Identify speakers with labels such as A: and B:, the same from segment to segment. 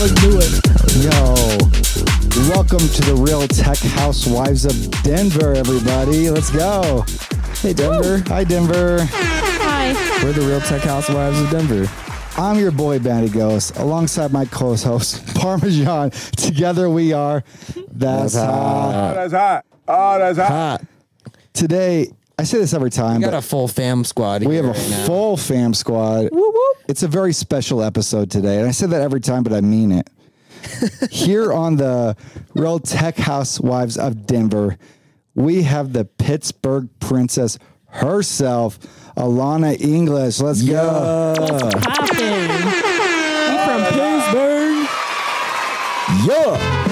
A: Let's do it.
B: Yo, welcome to the Real Tech Housewives of Denver, everybody. Let's go.
C: Hey Denver.
B: Hi, Denver.
A: Hi.
C: We're the Real Tech Housewives of Denver.
B: I'm your boy, Bandy Ghost, alongside my co host, Parmesan. Together we are That's Hot.
D: Oh, that's hot. Oh, that's hot.
C: Hot.
B: Today, I say this every time,
C: We got a
B: but
C: full fam squad.
B: we
C: here
B: have a
C: right now.
B: full fam squad. It's a very special episode today. And I say that every time, but I mean it. Here on the Real Tech Housewives of Denver, we have the Pittsburgh Princess herself, Alana English. Let's go.
A: Popping.
B: Yeah.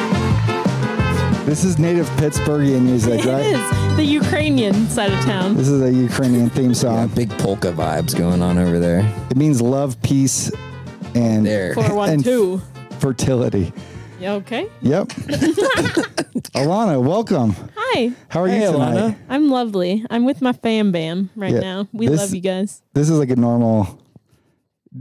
B: This is native Pittsburghian music,
A: It
B: right?
A: is the Ukrainian side of town.
B: This is a Ukrainian theme
C: Yeah,
B: song.
C: big polka vibes going on over there.
B: It means love, peace, and,
C: There.
A: Four one
B: and
A: two.
B: fertility.
A: Okay.
B: Yep. Alana, welcome.
A: Hi.
B: How are
C: Hey,
B: you tonight?
C: Alana.
A: I'm lovely. I'm with my fam bam right
B: Yeah,
A: now. We
B: this-
A: love you guys.
B: This is like a normal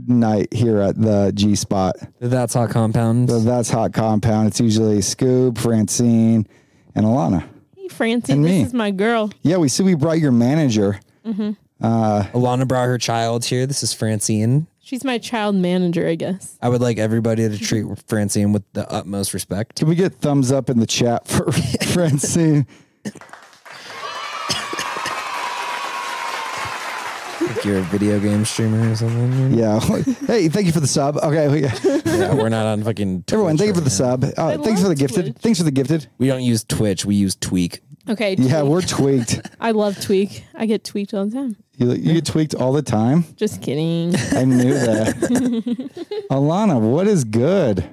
B: night here at the G spot.
C: That's hot compound.
B: So that's hot compound. It's usually Scoob, Francine, and Alana.
A: Hey, Francie.
B: And
A: this
B: me.
A: is my girl.
B: Yeah, we see we brought your manager.
C: Alana brought her child here. This is Francine.
A: She's my child manager, I guess.
C: I would like everybody to treat Francine with the utmost respect.
B: Can we get thumbs up in the chat for Francine?
C: Mm-hmm. If you're a video game streamer or something.
B: Yeah. hey, thank you for the sub. Okay. we-
C: Yeah, we're not on fucking. Twitch
B: Everyone, thank you
C: right
B: for the
C: now.
B: sub. Uh, thanks for the
A: love
B: gifted.
A: Twitch.
B: Thanks for the gifted.
C: We don't use Twitch. We use Tweak.
A: Okay.
B: Yeah,
A: tweak.
B: we're tweaked.
A: I love tweak. I get tweaked all the time.
B: You, you get tweaked all the time.
A: Just kidding.
B: I knew that. Alana, what is good?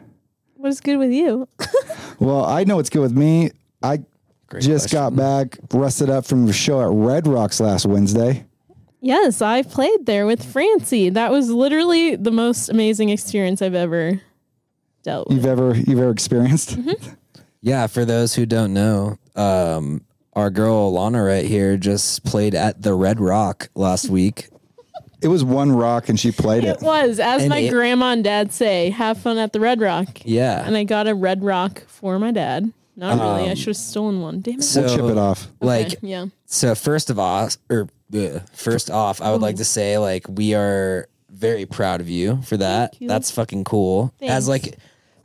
A: what is good with you?
B: Well, I know what's good with me. I just got back rusted up from your show at Red Rocks last Wednesday.
A: Yes, I played there with Francie. That was literally the most amazing experience I've ever dealt with.
B: You've ever you've ever experienced?
A: Mm-hmm.
C: Yeah, for those who don't know, um, our girl Lana right here just played at the Red Rock last week.
B: It was one rock and she played it.
A: It was, as
C: And
A: my
C: it-
A: grandma and dad say, have fun at the Red Rock. And
C: Yeah. Um,
A: I got a Red Rock for my dad. Not really. I should have stolen one. Damn it.
C: So,
B: Chip it off.
C: Like,
A: Okay, yeah.
C: so first of all, or ugh, first off, I would like to say like we are very proud of you for that.
A: you.
C: That's fucking cool. As
A: Thanks.
C: like,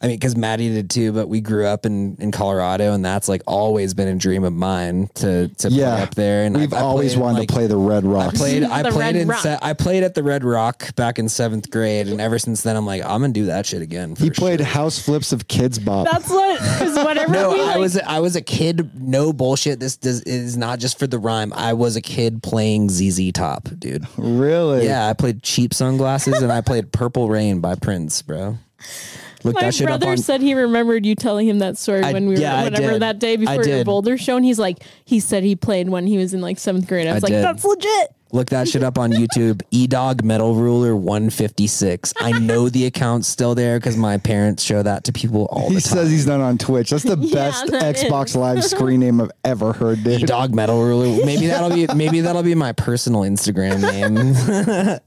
C: I mean, because Maddie did too, but we grew up in in Colorado, and that's like always been a dream of mine to to
B: Yeah.
C: play up there. And I-
B: We've
C: I
B: always
C: played in,
B: wanted
C: like,
B: to play the Red
C: I
B: Rocks.
C: played. I
A: The
C: played
A: Red
C: in.
A: Rock.
C: Se- I played at the Red Rock back in seventh grade, and ever since then, I'm like, I'm gonna do that shit again. For
B: he played
C: Sure.
B: House Flips of Kids Bop.
A: That's what, because whatever
C: No,
A: we like,
C: I was. I was a kid. No bullshit. This does, is not just for the rhyme. I was a kid playing ZZ Top, dude.
B: really?
C: Yeah, I played cheap sunglasses, and I played Purple Rain by Prince, bro. Look
A: my
C: that shit up
A: brother
C: on.
A: said he remembered you telling him that story
C: I-
A: when we were,
C: yeah, I
A: whatever,
C: did.
A: that day
C: I
A: before your
C: did.
A: Boulder show. And he's like, he said he played when he was in like seventh grade. I was like,
C: did.
A: that's legit.
C: look that shit up on YouTube. E Dog Metal Ruler 156. I know the account's still there because my parents show that to people all
B: He
C: the time.
B: says he's not on Twitch. That's the best
A: that
B: Xbox Live screen name I've ever heard, dude.
C: dog metal ruler. Maybe that'll be maybe that'll be my personal Instagram name.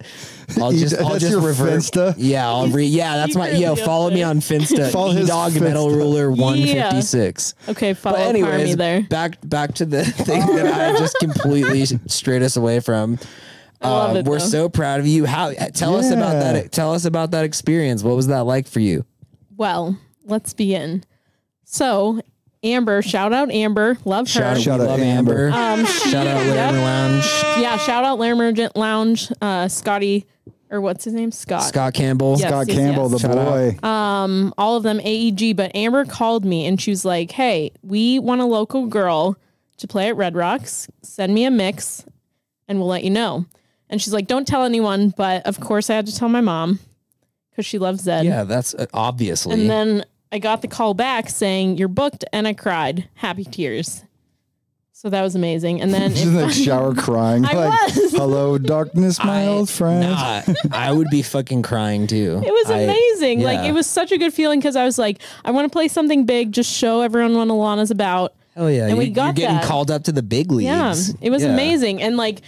C: I'll
B: You-
C: just I'll
B: that's
C: just
B: your
C: revert.
B: Finsta?
C: Yeah, I'll re. Yeah, that's
A: you
C: my
A: really
C: yo.
A: up
C: Follow me
A: there.
C: on Finsta.
B: Follow his
C: dog metal
B: Finsta.
C: ruler one fifty six.
A: Okay, follow
C: But
A: Parmy
C: anyways,
A: there. Oh.
C: back back to the thing that I just completely strayed us away from.
A: love
C: Um,
A: it,
C: we're
A: though.
C: so proud of you. How uh, tell us about
B: Yeah.
C: that? e, Tell us about that experience. What was that like for you?
A: Well, let's begin. So, Amber, shout out Amber. Love her.
B: Shout
C: we
B: out
C: love
B: Amber.
A: Um,
C: Shout out
A: Yep.
C: Larry Lounge.
A: Yeah, shout out Larry Merchant Lounge, uh, Scotty, or what's his name? Scott.
C: Scott Campbell.
A: Yes.
B: Scott Campbell,
A: yes.
B: the
C: Shout
B: boy.
A: All of them AEG. But Amber called me and she was like, hey, we want a local girl to play at Red Rocks. Send me a mix and we'll let you know. And she's like, don't tell anyone. But of course, I had to tell my mom because she loves Zed.
C: Yeah, that's uh, obviously.
A: And then I got the call back saying, you're booked. And I cried happy tears. So that was amazing. And then
B: She's in the shower crying.
A: I
B: like,
A: was.
B: hello, darkness, my
C: I-
B: old friend.
C: Nah, I would be fucking crying too.
A: It was
C: I-
A: amazing. Like
C: yeah.
A: it was such a good feeling because I was like, I want to play something big, just show everyone what Alana's about.
C: hell yeah.
A: and we
C: you, are
A: got
C: getting
A: that.
C: called up to the big
A: Yeah,
C: leagues.
A: it was
C: Yeah.
A: amazing. And like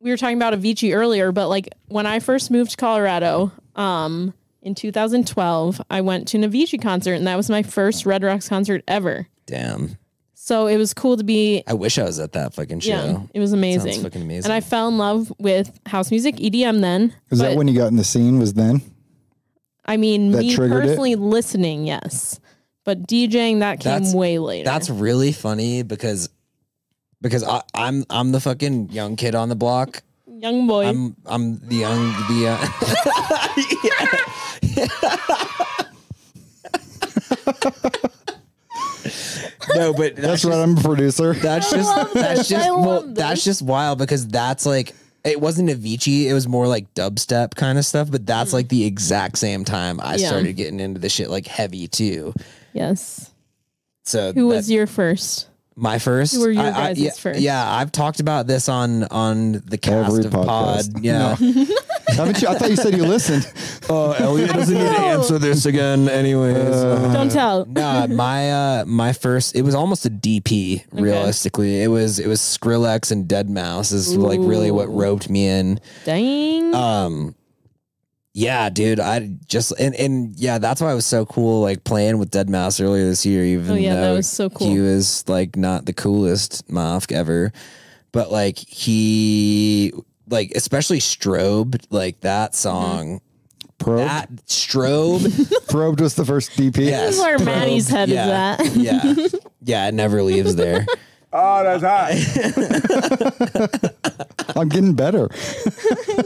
A: we were talking about Avicii earlier, but like when I first moved to Colorado, um, in 2012, I went to an Avicii concert, and that was my first Red Rocks concert ever.
C: Damn.
A: So it was cool to be.
C: I wish I was at that fucking show.
A: Yeah, it was amazing.
C: fucking amazing.
A: And I fell in love with house music, EDM. Then
B: Is
A: but-
B: that when you got in the scene? Was then?
A: I mean,
B: That
A: me
B: triggered it?
A: personally listening, yes, but DJing that came
C: That's-
A: way later.
C: That's really funny because because I, I'm I'm the fucking young kid on the block.
A: young boy.
C: I'm I'm the young the uh, uh, no, but
B: That's right. I'm a producer.
C: That's just that's
A: this.
C: just
A: I
C: well,
A: love
C: that's just wild because that's like it wasn't Avicii, it was more like dubstep kind of stuff, but that's like the exact same time I
A: Mm. Yeah.
C: started getting into the shit like heavy too.
A: yes.
C: So
A: Who
C: that-
A: was your first?
C: my first?
A: who were your
C: I- I-
A: guys'
C: yeah,
A: first?
C: Yeah, I've talked about this on on the cast
B: Every
C: of
B: podcast.
C: pod. Yeah.
B: Haven't you? I thought you said you listened.
C: Oh, Elliot doesn't
A: need to answer
C: this again anyways.
A: Don't tell.
C: Nah, Uh, my uh my first it was almost a DP realistically. It was it was Skrillex and Dead Mouse is like really what roped me in.
A: Dang.
C: Um yeah, dude, I just and and yeah, that's why it was so cool like playing with Dead Mouse earlier this year even
A: Oh, yeah, that
C: though
A: was so cool.
C: he was like not the coolest Mofk ever. But like he like especially Strobe, like
A: Mm-hmm.
C: that song.
B: Probe.
C: That Strobe
B: Probed was the first DP.
C: Yes.
A: is where
C: probe.
A: Maddie's head is
C: yeah.
A: at.
C: yeah. Yeah, it never leaves there. Ah,
D: Oh, that's hot.
B: I'm getting better.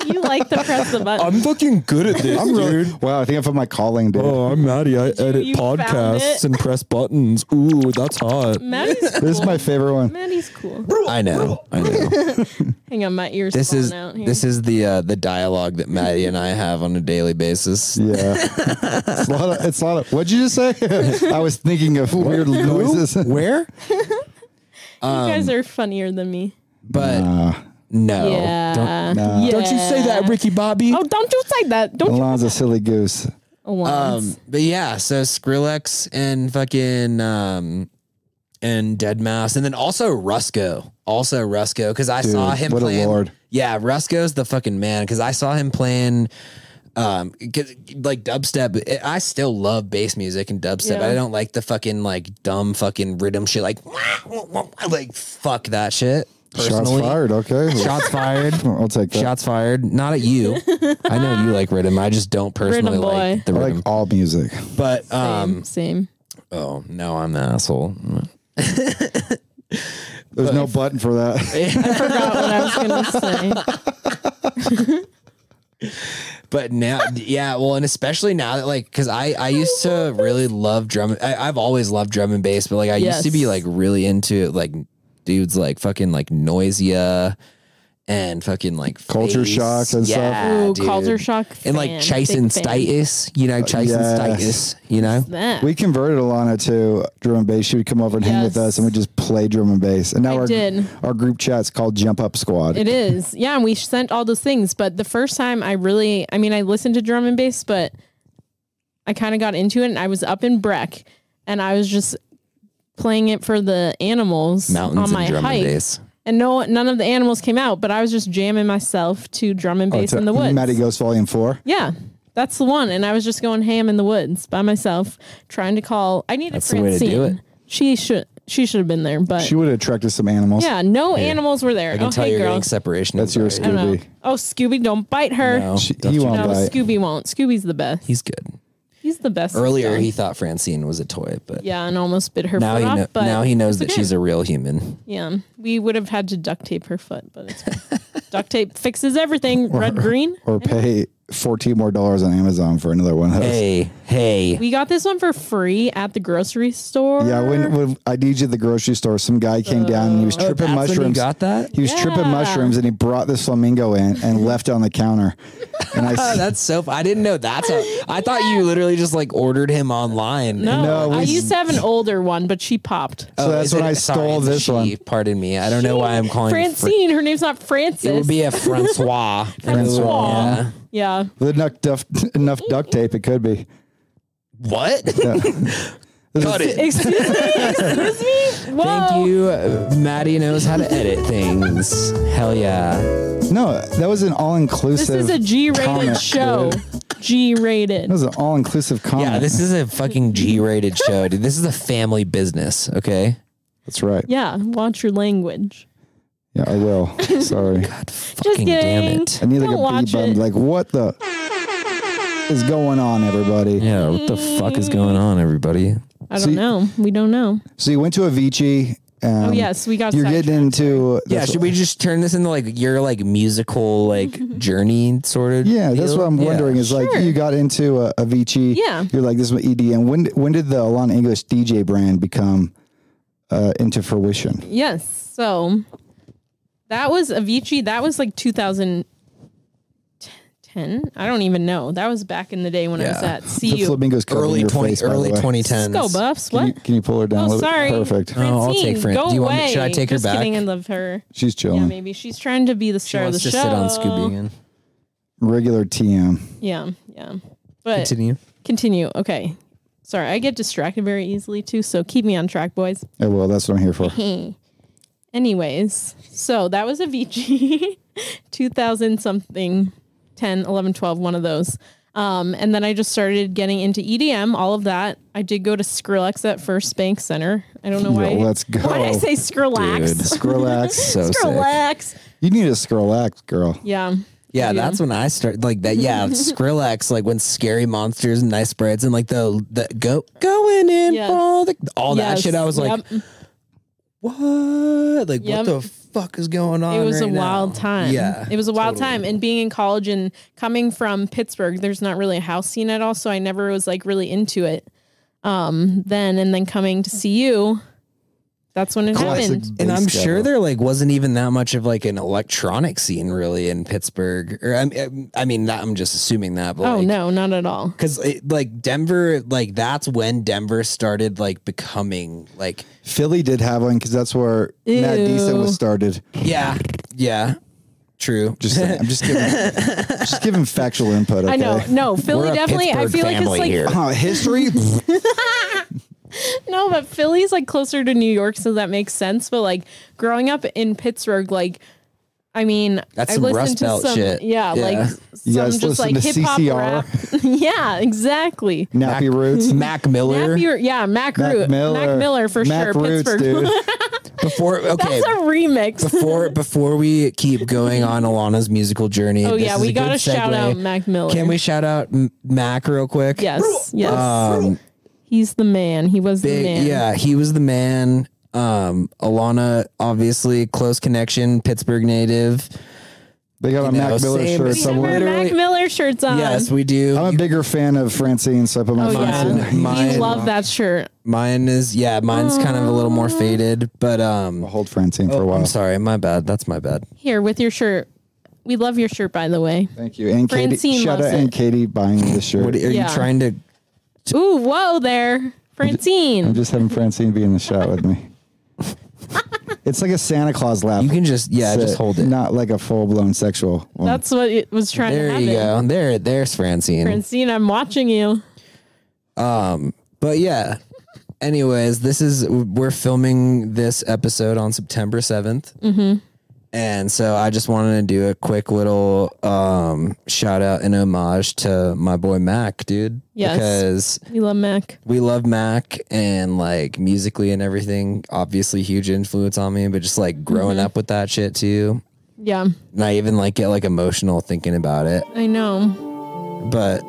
A: you like to press the button.
C: fucking good at this.
B: I'm really. Wow. I think I found my calling, dude.
C: Oh.
E: Oh, I'm Maddie. I edit
A: you found it?
E: podcasts and press buttons. Ooh, that's hot.
A: Maddie's cool.
B: This is my favorite one.
A: Maddie's cool.
C: I know. I know.
A: Hang on, my ears.
C: This
A: falling
C: is
A: out here.
C: this is the uh, the dialogue that Maddie and I have on a daily basis.
B: Yeah. it's, a lot of, it's a lot of. What'd you just say? I was thinking of weird noises.
C: Where?
A: you
C: um,
A: guys are funnier than me.
C: But
B: Uh,
C: no.
A: yeah.
C: Oh, Don't-
A: yeah.
E: Ricky Bobby?
A: Oh, don't you say that. Don't you? Oh,
B: Alon's a silly goose.
A: Alon's.
C: Um, but yeah, so Skrillex and fucking um and Dead Mouse, and then also Rusco, also Rusco, because I saw him
B: what a
C: playing.
B: lord.
C: Yeah, Rusco's the fucking man because I saw him playing. Um, 'cause, like dubstep, I- I still love bass music and dubstep.
A: Yeah.
C: I don't like the fucking like dumb fucking rhythm shit. Like, like fuck that shit.
B: Shots
C: personally.
B: fired. Okay.
C: Shots fired.
B: I'll take that.
C: Shots fired. Not at you. I know you like rhythm. I just don't personally
A: Rhythm boy.
C: like the
B: I
C: rhythm.
B: like all music.
C: but
A: Same.
C: um,
A: same.
C: Oh no, I'm the asshole.
B: There's no button for that.
A: I forgot what I was gonna say.
C: But now, yeah, well, and especially now that like, because I I used to really love drum. I, I've always loved drum and bass, but like I used to be
A: Yes.
C: like really into like dudes like fucking like Noisia and fucking like
B: Culture
C: Face.
B: Shock and stuff.
C: yeah,
A: Ooh,
C: dude.
A: culture shock.
C: and like
A: fan,
C: Chasen
A: big fan.
C: Status, you know, Chasen
B: Uh, yes.
C: Status, you know.
A: That.
B: We converted Alana to drum and bass. She would come over and hang with
A: Yes.
B: us, and we just play drum and bass. And now
A: I
B: our
A: did.
B: our group chat's called Jump Up Squad.
A: It is. Yeah, and we sent all those things, but the first time I really I mean I listened to drum and bass, but I kind of got into it and I was up in Breck and I was just playing it for the animals
C: Mountains
A: on my
C: and drum
A: hike.
C: and bass.
A: And no none of the animals came out, but I was just jamming myself to drum
C: Oh,
A: and bass
B: It's a-
A: in the woods.
B: Matty Ghost Volume Four.
A: Yeah. That's the one. And I was just going ham in the woods by myself, trying to call I needed
C: That's the way to
A: Francine.
C: do it.
A: She should she should have been there, but
B: She would have attracted some animals.
A: yeah, no animals were there.
C: I can
A: oh,
C: tell
A: hey,
C: you're
A: girl.
C: getting separation.
B: That's your
A: I
C: anxiety.
A: don't know.
B: Scooby.
A: Oh, Scooby, don't bite her.
C: No,
B: She-
C: don't
B: he
C: you-
B: won't
A: No,
B: bite.
A: Scooby won't. Scooby's the best.
C: He's good.
A: He's the best.
C: Earlier,
A: dog.
C: he thought Francine was a toy, but
A: yeah, and almost bit her
C: now
A: foot
C: he
A: off.
C: know,
A: but
C: now he knows that
A: it's
C: she's a real human.
A: yeah. We would have had to duct tape her foot, but it's fine. duct tape fixes everything. Red green.
B: Or pay fourteen more dollars on Amazon for another one of those.
C: Hey, hey.
A: We got this one for free at the grocery store.
B: Yeah, when, when I did you at the grocery store, some guy came down and he was tripping
C: Oh, that's when you
B: mushrooms.
C: got that?
B: He was tripping
A: Uh, Yeah.
B: mushrooms and he brought this flamingo in and left it on the counter. And I
C: Oh,
B: s-
C: that's so. I didn't know that's how. I thought you literally just like ordered him online. Oh,
A: no,
B: No, we-
A: I used to have an older one, but she popped.
B: so that's
C: is
B: when
C: it-
B: I
C: sorry,
B: stole
C: it's a
B: this one.
C: she, Pardon me. I don't know why I'm calling her Fran-
A: Francine. Her name's not Francis.
C: It would be a Francois.
A: Francois.
C: Yeah.
A: yeah.
B: With enough, duff, enough duct tape, it could be.
C: What?
B: This
C: Cut
B: is-
C: it.
A: Excuse me. Excuse me. Whoa.
C: Thank you. Uh, Maddie knows how to edit things. Hell yeah.
B: No, that was an all
A: This is a
B: inclusive.
A: G-rated
B: Comment,
A: show. G rated.
B: That was an all-inclusive comment.
C: Yeah, this is a fucking G-rated show, dude. This is a family business, okay?
B: That's right.
A: Yeah, watch your language.
B: Yeah, I will. Sorry.
C: Fucking damn
A: kidding.
C: it.
B: I need
A: Don't
B: like a
A: watch
B: B button.
A: it.
B: Like, what the is going on, everybody?
C: Yeah, what the fuck is going
A: Mm.
C: on, everybody?
A: I don't
B: See-
A: know. We don't know.
B: So you went to Avicii. Um,
A: Oh yes, we got.
B: You're
A: sidetracked.
B: getting into
C: Yeah,
B: that's
C: should
B: what-
C: we just turn this into like your like musical like journey sort of?
B: Yeah, that's
C: deal?
B: what I'm
C: Yeah.
B: wondering. Is
A: Sure.
B: like you got into uh, Avicii.
A: Yeah.
B: You're like this is my EDM. When when did the Alon English DJ brand become uh, into fruition?
A: Yes. So that was Avicii. That was like 2010. I don't even know. That was back in the day when I was
C: Yeah.
A: at
B: The
A: CU.
B: flamingos covering
C: early
B: your
C: twenty
B: face, by the
C: early
B: way.
C: twenty tens.
A: Go Buffs.
B: Can you,
A: What?
B: can you pull her down? a
A: Oh,
B: little bit?
A: sorry.
B: Perfect.
C: Oh, I'll take Fran-
A: Go
C: do you want me-
A: away.
C: should I take her
A: Just
C: back?
A: kidding. I love her.
B: She's
A: Yeah,
B: chilling.
A: maybe she's trying to be the star of the
C: Let's just
A: show.
C: sit on Scooby again.
B: Regular TM.
A: Yeah, yeah. But continue.
C: Continue.
A: Okay. Sorry, I get distracted very easily too. So keep me on track, boys.
B: Yeah, Oh, well, that's what I'm here for.
A: Anyways, so that was Avicii, 2000 something, 10, 11, 12, one of those. Um, and then I just started getting into EDM, all of that. I did go to Skrillex at First Bank Center. I don't know why.
B: Yo, let's go.
A: Why did I say Skrillex?
B: Skrillex.
C: So sick.
A: Skrillex.
B: you need a Skrillex, girl.
A: Yeah.
C: Yeah, that's when I started like that. Yeah, Skrillex, like when Scary Monsters and Nice Spreads and like the the go going in
A: Yes.
C: for the all that
A: Yes.
C: shit. I was like,
A: Yep.
C: what? Like
A: Yep.
C: what the fuck is going on?
A: it was
C: right
A: a wild
C: now?
A: time.
C: Yeah,
A: It was a wild
C: totally.
A: time. And being in college and coming from Pittsburgh, there's not really a house scene at all. So I never was like really into it um, then. And then coming to see you, that's when it
B: Classic
A: happened.
C: And
B: bass
C: I'm sure
B: guy.
C: there like wasn't even that much of like an electronic scene really in Pittsburgh. Or I mean, um, I mean, that, I'm just assuming that. But
A: oh,
C: like,
A: no, not at all.
C: because like Denver, like that's when Denver started like becoming like
B: Philly did have one because that's where Matt
A: Ew.
B: Deason was started.
C: yeah, yeah, true.
B: Just saying. I'm just giving just giving factual input. Okay?
A: I know. No, Philly
C: a
A: definitely. I
C: Pittsburgh
A: feel like it's
C: family
A: like,
C: here.
B: Uh, history.
A: no, but Philly's like closer to New York. So that makes sense. But like growing up in Pittsburgh, like, I mean,
C: That's
A: I
C: some
A: listened
C: Rust
A: to
C: Belt
A: some,
C: shit.
A: Yeah,
C: Yeah.
A: like
B: You
A: some
B: guys
A: just
B: listen
A: like
B: to
A: hip hop
B: CCR?
A: rap. yeah, exactly.
B: Nappy roots.
C: Mac Miller.
A: Nappy, yeah, Mac,
B: Mac
A: Root,
B: Miller.
A: Mac Miller for
B: Mac
A: sure.
B: Roots,
A: Pittsburgh.
B: dude.
C: before okay,
A: That's a remix.
C: before before we keep going on Alana's musical journey.
A: Oh
C: this
A: yeah,
C: is
A: we
C: a good
A: gotta shout
C: segue.
A: out Mac Miller.
C: Can we shout out M- Mac real quick?
A: Yes, yes.
C: Um,
A: He's the man. He was the
C: big-
A: man.
C: yeah, he was the man. Um, Alana, obviously, close connection, Pittsburgh native.
B: They got a
C: You know,
B: Mac Miller
C: same-
B: shirt
A: We have
B: somewhere.
A: our Mac
C: Literally-
A: Miller shirts on.
C: yes, we do.
B: I'm a bigger fan of Francine, so I put my
A: Oh
B: Francine.
A: yeah,
C: Mine- mine-
A: you love that shirt.
C: Mine is yeah, mine's kind of a little more faded, but um
B: Hold Francine for a while.
C: I'm sorry, my bad. That's my bad.
A: Here with your shirt. We love your shirt, by the way.
B: Thank you. And Katie,
A: Francine
B: shout out
A: loves
B: and
A: it.
B: Katie buying me this shirt.
C: What are you
A: Yeah.
C: trying to
A: Ooh, whoa there,
B: I'm
A: Francine.
B: just having Francine be in the shot with me. it's like a Santa Claus laugh.
C: you can just yeah,
B: That's
C: just
B: it.
C: hold it.
B: Not like a full blown sexual. one.
A: That's what it was trying to
C: There
A: happen.
C: you go. There there's Francine.
A: Francine, I'm watching you.
C: But yeah. Anyways, this is we're filming this episode on September 7th. Mm-hmm. And so I just wanted to do a quick little um shout out and homage to my boy Mac, dude.
A: Yes.
C: Because
A: We love Mac.
C: we love Mac and like musically and everything. Obviously, huge influence on me, but just like growing up with that shit too.
A: Yeah,
C: And I even like get like emotional thinking about it.
A: I know.
C: But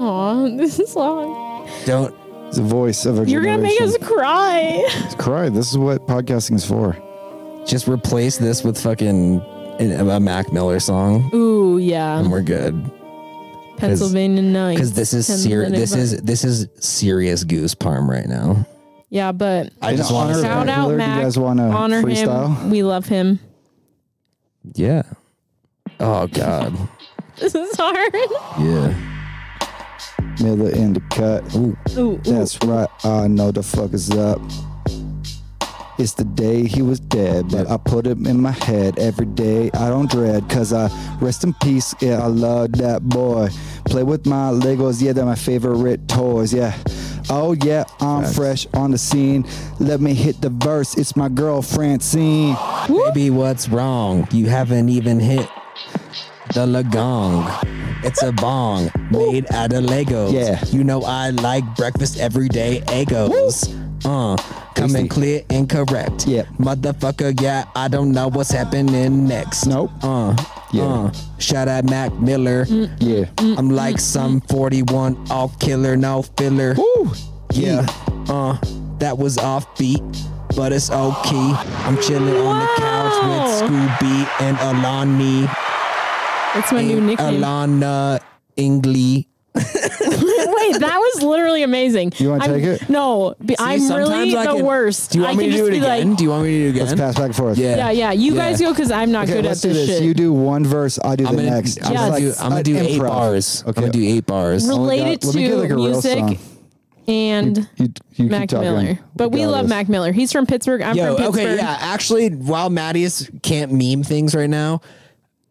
A: Aw, this is long.
C: don't.
B: It's the voice of our
A: You're gonna
B: generation.
A: make us cry.
B: cry. This is what podcasting is for.
C: Just replace this with fucking uh, a Mac Miller song,
A: Ooh, yeah.
C: and we're good.
A: Pennsylvania night.
C: Because this is serious. This is this is serious goose parm right now.
A: yeah, but
C: I just
B: In
C: want
B: honor
C: to
B: of
C: say,
A: shout
B: Mac
A: out
B: Miller, do you
A: Mac.
B: guys wanna
A: honor
B: freestyle?
A: him. We love him.
C: yeah. Oh God,
A: This is hard.
C: yeah.
B: Miller in the cut. Ooh,
A: Ooh, ooh.
B: that's right. I know the fuck is up. It's the day he was dead, but I put him in my head every day. I don't dread, cause I rest in peace. Yeah, I love that boy. Play with my Legos, yeah, they're my favorite toys. Yeah. Oh, yeah, I'm fresh on the scene. Let me hit the verse. It's my girl, Francine.
C: Baby, what's wrong? You haven't even hit the lagong. It's a bong made out of Legos.
B: Yeah.
C: You know I like breakfast every day, Egos. Uh,
B: Tasty.
C: coming clear and correct.
B: Yep.
C: Motherfucker, yeah, I don't know what's happening next.
B: Nope.
C: Uh,
B: Yeah.
C: uh, shout out Mac Miller.
B: Yeah.
A: Mm.
C: I'm like some 41 all killer, no filler.
B: Woo. Yeah.
C: Uh, that was offbeat, but it's okay. I'm chilling on the couch with Scooby and Alani.
A: That's my new nickname.
C: Alana Ingley.
A: Wait, that was literally amazing.
B: You wanna
A: I'm-
B: take it?
A: No, be, I'm really the worst.
C: Do you want
A: I
C: me
A: can
C: to do
A: just
C: it
A: be
C: again?
A: Like,
C: do you want me to do it
B: Let's
C: again?
B: pass back and forth.
A: yeah, yeah. You
C: Yeah.
A: guys go because I'm not
B: Okay,
A: good
B: let's
A: at
B: do
A: this,
B: this.
A: shit.
B: You do one verse. I do
C: I'm
B: the
C: gonna,
B: next.
C: I'm
A: Yes.
C: gonna do, I'm gonna do
B: an
C: eight
B: improv.
C: bars. I'm
B: Okay.
C: gonna do eight bars.
B: my
A: Related
B: God. Let me get,
A: to
B: like, a real
A: music
B: song.
A: and
B: You, you keep
A: Mac
B: talking.
A: Miller. But we
B: got
A: love
B: this.
A: Mac Miller. He's from Pittsburgh. I'm
C: Yo,
A: from Pittsburgh.
C: okay, yeah. Actually, while Mattias can't meme things right now,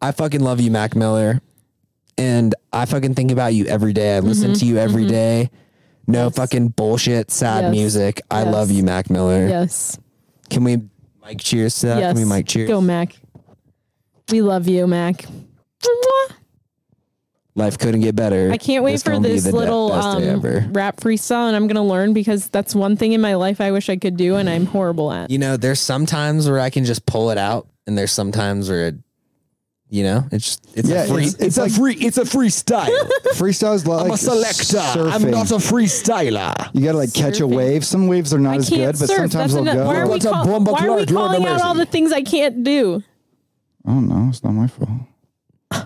C: I fucking love you, Mac Miller. And I fucking think about you every day. I
A: Mm-hmm.
C: listen to you every day. No fucking bullshit, sad
A: Yes.
C: music. I
A: Yes.
C: love you, Mac Miller.
A: Yes.
C: Can we mic cheers to that?
A: Yes.
C: Can we mic cheers?
A: Go, Mac. We love you, Mac. Mwah.
C: Life couldn't get better.
A: I can't wait for
C: gonna be
A: this
C: the de-
A: little
C: best day
A: um,
C: ever.
A: rap freestyle, and I'm gonna learn because that's one thing in my life I wish I could do, and I'm horrible at.
C: You know, there's sometimes where I can just pull it out, and there's sometimes where, it, you know, it's just it's
B: Yeah,
C: a free.
B: it's, it's like
E: free. It's a freestyle.
B: freestyle is like surfing.
E: freestyler.
B: You gotta like catch a
A: Surfing.
B: wave. Some waves are not
A: I
B: as
A: can't
B: good, but
A: surf.
B: sometimes
A: that's
B: they'll
A: ano-
B: go.
A: Why are we,
E: What's up,
A: call-
E: Blumba
A: why are we
E: Clark? You're
A: calling out all
E: amazing.
A: the things I can't do?
B: oh no, it's not my fault.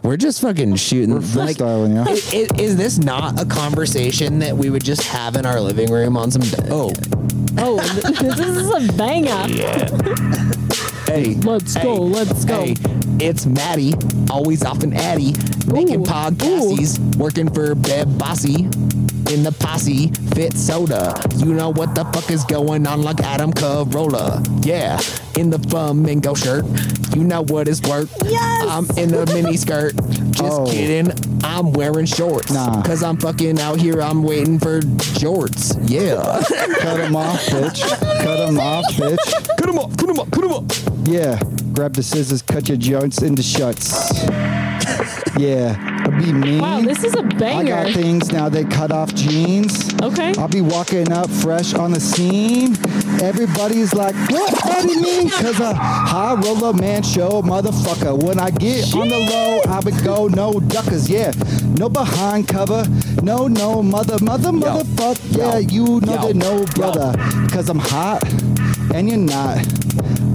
C: We're just fucking shooting. like,
B: Freestyling, yeah.
C: I- Is, this not a conversation that we would just have in our living room on some day? Oh,
A: Oh, th- this is a banger.
C: hey.
A: Let's go.
C: hey,
A: Let's go.
C: Hey, it's Maddie, always off an Addy, making
A: Ooh,
C: podcasts, working for Beb Bossy. In the posse, fit soda. You know what the fuck is going on, like Adam Carolla. Yeah, in the flamingo shirt. You know what is work.
A: Yes!
C: I'm in a mini skirt. Just
B: Oh.
C: kidding. I'm wearing shorts.
B: Nah.
C: Cause I'm fucking out here. I'm waiting for jorts. Yeah.
B: Cut him off, bitch. Cut him off, bitch.
E: Cut him up. Cut him up. Cut him up.
B: Yeah. Grab the scissors, cut your joints into shuts. Yeah. I'll be mean.
A: Wow, this is a
B: I
A: banger.
B: got things now that cut off jeans.
A: Okay.
B: I'll be walking up fresh on the scene. Everybody's like, what buddy mean? Cause a high roller man show motherfucker. When I get on the low, I would go no duckers, yeah. No behind cover. No, no, mother, mother, motherfuck. Yeah, you know
C: Yo.
B: that no brother. Cause I'm hot and you're not.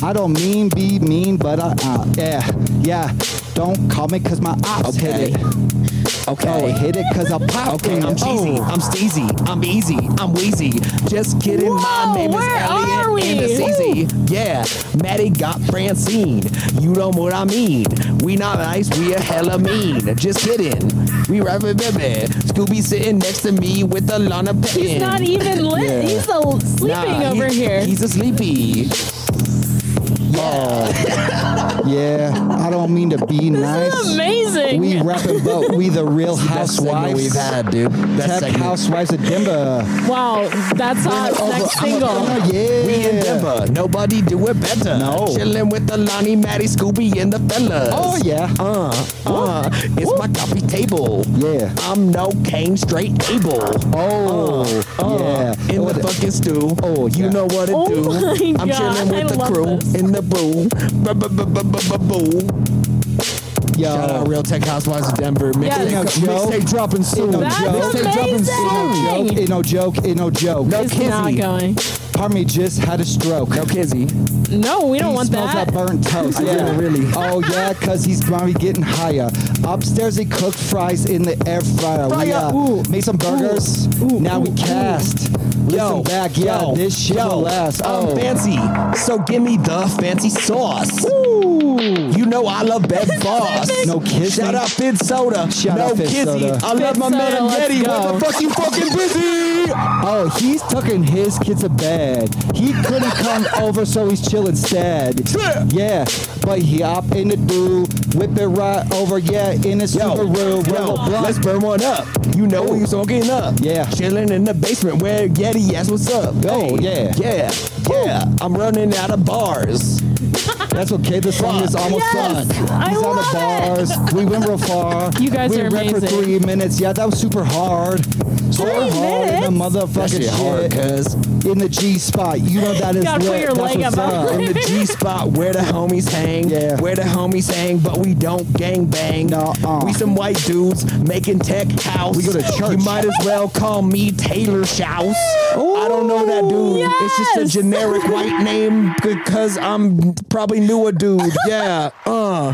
B: I don't mean be mean, but I uh, yeah, yeah. Don't call me cause my ops
C: Okay.
B: hit it. Oh,
C: Okay.
B: hit it cause I pop
C: Okay,
B: in
C: I'm
B: it. Oh.
C: cheesy. I'm steezy. I'm easy. I'm wheezy. Just kidding.
A: Whoa,
C: my name
A: where
C: is Elliot.
A: are we?
C: And it's easy. Yeah. Maddie got Francine. You know what I mean. We not nice. We a hella mean. Just kidding. We rapping, baby. Scooby sitting next to me with a Lana Payne.
A: He's not even lit.
B: Yeah.
A: He's a sleeping
C: Nah,
A: over
C: he-
A: here.
C: He's a sleepy.
B: Yeah, I don't mean to be
A: this is
B: nice.
A: amazing.
B: We rapping, but we the real housewives.
C: dude.
B: Tech housewives of Denver.
A: wow, that's our next
B: I'm a-
A: single.
B: oh, yeah.
C: We in Denver. Nobody do it better.
B: No.
C: Chilling with the Lonnie, Maddie, Scooby, and the fellas.
B: Oh yeah.
C: Uh, uh, it's my coffee table.
B: Yeah.
C: I'm no cane, straight able.
B: Oh
C: Uh,
B: yeah.
C: in
B: Oh,
C: the fucking stew.
B: Oh,
C: you
B: yeah.
C: know what it
A: Oh
C: do.
A: my
C: I'm
A: God,
C: chilling
A: I
C: with the
A: love
C: crew
A: this.
C: in the boo. Boo. Shout out
B: yo.
C: Real Tech Housewives of Denver. Mixtape
A: Ain't no
B: joke.
C: mixtape dropping soon.
B: no
A: That's
B: joke.
C: Mixtape dropping soon.
A: amazing.
B: Joke, ain't no joke. Ain't no joke.
C: No
A: it's not
C: kizzy.
A: going.
B: Pardon me, just had a stroke.
C: No kizzy.
A: No, we don't
B: he
A: want
B: smells
A: that.
B: like burnt toast. Yeah,
C: really.
B: Oh yeah, cause he's mommy getting higher. Upstairs he cooked fries in the air fryer. we
C: Fryer.
B: uh,
C: Ooh.
B: made some burgers.
C: Ooh.
B: now
C: Ooh.
B: we cast. Listen back, yeah,
C: yo,
B: this shit
C: yo,
B: will last. Oh.
C: I'm fancy, so give me the fancy sauce.
B: Ooh.
C: You know I love Bev Boss.
B: No kizzy.
C: Shout out Fid Soda.
B: Shout
C: no
B: out Fid
C: kizzy.
B: Soda.
C: I love
A: Fid
C: my
A: Soda,
C: man
A: let's
C: Yeti. Where
A: go.
C: the fuck you fucking busy?
B: Oh, he's tucking his kid to bed. He couldn't come over, so he's chill instead.
C: Yeah.
B: Yeah, but he hop in the do, whip it right over, yeah, in his
C: Yo,
B: super room.
C: yo, let's burn one up. You know we smoking up.
B: Yeah.
C: Chilling in the basement where Yeti asks what's up.
B: Oh, yeah.
C: Yeah. Yeah. I'm running out of bars.
B: That's okay. The song is almost
A: Yes!
B: done.
A: I
B: He's on
A: love
B: the bars. we went real far.
A: You guys
B: we
A: are
B: went for
A: amazing.
B: three minutes. Yeah, that was super hard. So
A: Three
B: hard in the motherfucking shit.
C: cause
B: in the G spot. You know that is
A: Gotta put
B: lit.
A: your
B: That's
A: leg
B: what's
A: up.
B: up.
C: in the G spot where the homies hang,
B: Yeah.
C: where the homies hang, but we don't gang bang.
B: No, uh.
C: We some white dudes making tech house.
B: We go to church.
C: You might as well call me Taylor Shouse. I don't know that dude. It's just
A: Yes.
C: a generic white name because I'm probably newer dude. Yeah. Uh.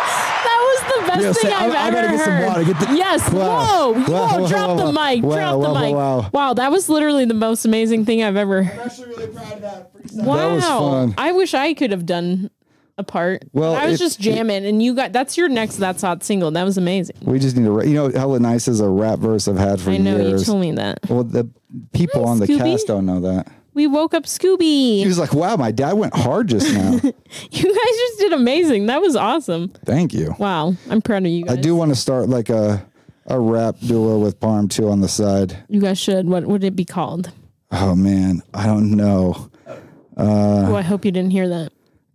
A: That was the best
B: Yo,
A: thing
B: say,
A: I've
B: I- I
A: ever
B: gotta get some
A: heard.
B: water. Get the-
A: yes.
B: Wow.
A: Whoa.
B: Wow,
A: Whoa.
B: wow,
A: Drop
B: wow,
A: the
B: wow.
A: mic.
B: Wow,
A: drop the
B: wow, wow,
A: mic.
B: wow.
A: That was literally the most amazing thing I've ever. heard.
B: actually really proud of that.
A: Wow.
B: That was fun.
A: I wish I could have done a part.
B: Well,
A: I was
B: if-
A: just jamming, and you got that's your next that's hot single. That was amazing.
B: We just need to. ra- You know, hella nice is a rap verse I've had for
A: I know
B: years.
A: you told me that.
B: Well, the people
A: Hi,
B: on the
A: Scooby.
B: cast don't know that.
A: We woke up Scooby.
B: He was like, "Wow, my dad went hard just now."
A: you guys just did amazing. That was awesome.
B: Thank you.
A: Wow. I'm proud of you
B: I
A: guys.
B: do want to start like a a rap duo with Parm too on the side.
A: You guys should. What would it be called?
B: Oh man, I don't know. Uh,
A: oh, I hope you didn't hear that.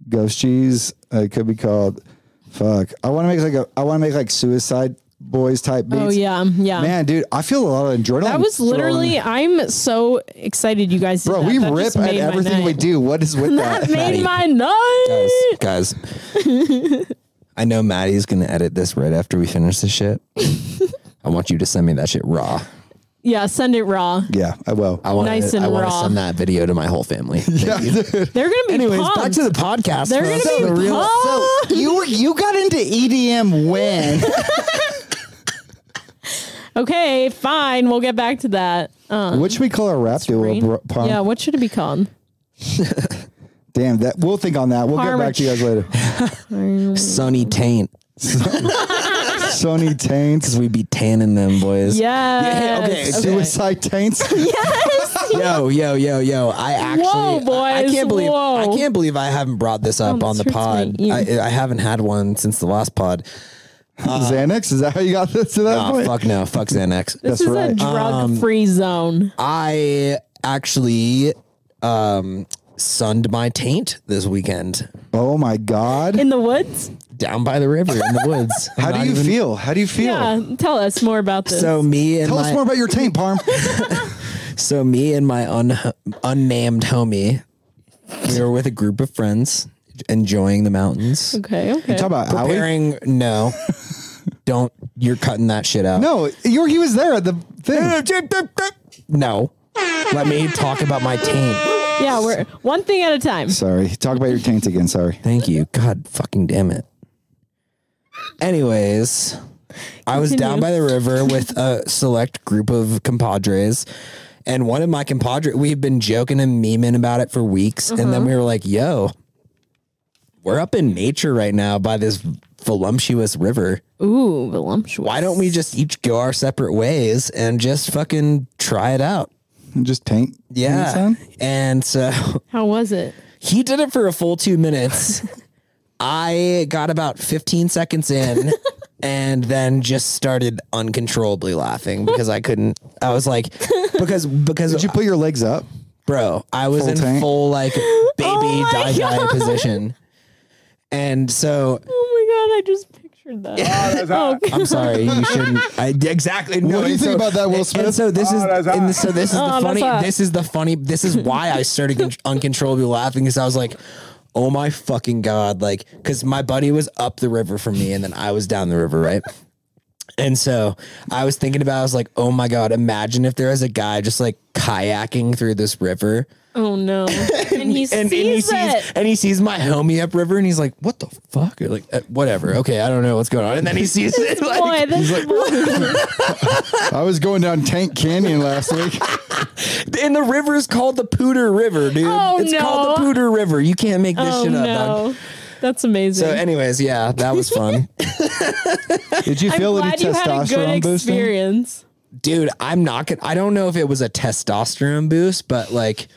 B: Ghost cheese. Uh, it could be called. Fuck. I want to make like a. I want to make like Suicide Boys type beats.
A: Oh yeah, yeah.
B: Man, dude, I feel a lot of adrenaline.
A: That was
B: thrown-
A: literally. I'm so excited you guys did
B: Bro,
A: that.
B: we
A: That
B: rip
A: just
B: at
A: made my
B: everything we
A: night.
B: do. What is with that?
A: That made my night.
C: guys, guys. I know Maddie's gonna edit this right after we finish this shit. I want you to send me that shit raw.
A: Yeah, send it raw.
B: Yeah, I will.
C: I want
A: Nice
C: to,
A: and
C: I want to
A: raw.
C: send that video to my whole family.
A: They're gonna be
C: Anyways,
A: pumped.
C: back to the podcast.
A: They're gonna
C: folks.
A: be
C: The real-
A: pumped.
B: you you got into EDM when?
A: okay, fine. We'll get back to that. Um,
B: what should we call our rap duo?
A: Rain-
B: Bro, Parm?
A: yeah, what should it be called?
B: Damn, that we'll think on that. We'll get
A: Parm-
B: back to you guys later.
C: Sunny taint.
B: Sony taints,
C: We be tanning them boys.
A: Yes.
C: okay,
B: suicide taints.
C: Yo, yo, yo, yo. I actually
A: Whoa,
C: I, I
A: boys,
C: can't believe
A: whoa.
C: I can't believe I haven't brought this up
A: Oh,
C: on the
A: this hurts
C: pod.
A: my
C: I,
A: ear.
C: I haven't had one since the last pod.
B: Xanax? Is that how you got this to that
C: Oh,
B: point?
C: fuck no. Fuck Xanax.
A: This
B: That's
A: is a
B: right.
A: drug-free zone.
C: I actually um sunned my taint this weekend
B: Oh my god.
A: In the woods?
C: down by the river in the woods. I'm
B: how
C: not
B: do you
C: even-
B: feel? How do you feel?
A: Yeah. Tell us more about this.
C: So me and
B: Tell
C: my
B: us more about your taint, Parm.
C: So me and my un- unnamed homie, we were with a group of friends enjoying the mountains.
A: okay, okay.
B: Talk about Howie.
C: Preparing no. Don't you're cutting that shit out.
B: No, you he was there at the thing.
C: No. Let me talk about my taint.
A: yeah, we're one thing at a time.
B: Sorry. Talk about your taint again. Sorry.
C: Thank you. God fucking damn it. Anyways, I was down by the river with a select group of compadres. And one of my compadres, we had been joking and memeing about it for weeks. And then we were like, yo, we're up in nature right now by this voluptuous river.
A: Ooh, voluptuous.
C: Why don't we just each go our separate ways and just fucking try it out?
B: Just taint. taint
C: Yeah.
B: sound?
C: And so
A: How was it?
C: He did it for a full two minutes. I got about 15 seconds in and then just started uncontrollably laughing because I couldn't. I was like, because, because,
B: Did you put your legs up?
C: bro, I was
B: Full
C: in
B: tank? Oh
C: full like baby
A: my
C: die die
A: God.
C: position. And so
A: Oh my god, I just pictured that. oh,
C: I'm sorry, you shouldn't. I, exactly. No,
B: What do you
C: and
B: think
C: so-
B: about that, Will
C: and-
B: Smith?
C: And so this is,
D: Oh, that's
C: and
D: hot.
C: so this is
A: Oh,
C: the
A: that's
C: funny.
A: hot.
C: This is the funny. This is why I started con- uncontrollably laughing because I was like, "Oh my fucking god!" Like, because my buddy was up the river from me, and then I was down the river, right? And so I was thinking about, I was like, oh my God, imagine if there was a guy just like kayaking through this river
A: oh no. And he sees
C: and, and he sees
A: it.
C: and he sees my homie upriver and he's like, what the fuck? Or like, "Uh, whatever. Okay, I don't know what's going on. And then he sees it. Like,
A: Boy, this
B: I was going down Tank Canyon last week.
C: And the river is called the Pooter River, dude.
A: Oh,
C: it's
A: no.
C: called the Pooter River. You can't make this
A: oh
C: shit up, dog.
A: no. That's amazing.
C: So, anyways, yeah, that was fun.
B: Did you
A: I'm
B: feel any
A: glad you had a
B: testosterone
A: good
B: boosting?
A: experience.
C: dude, I'm not gonna, I don't know if it was a testosterone boost, but like,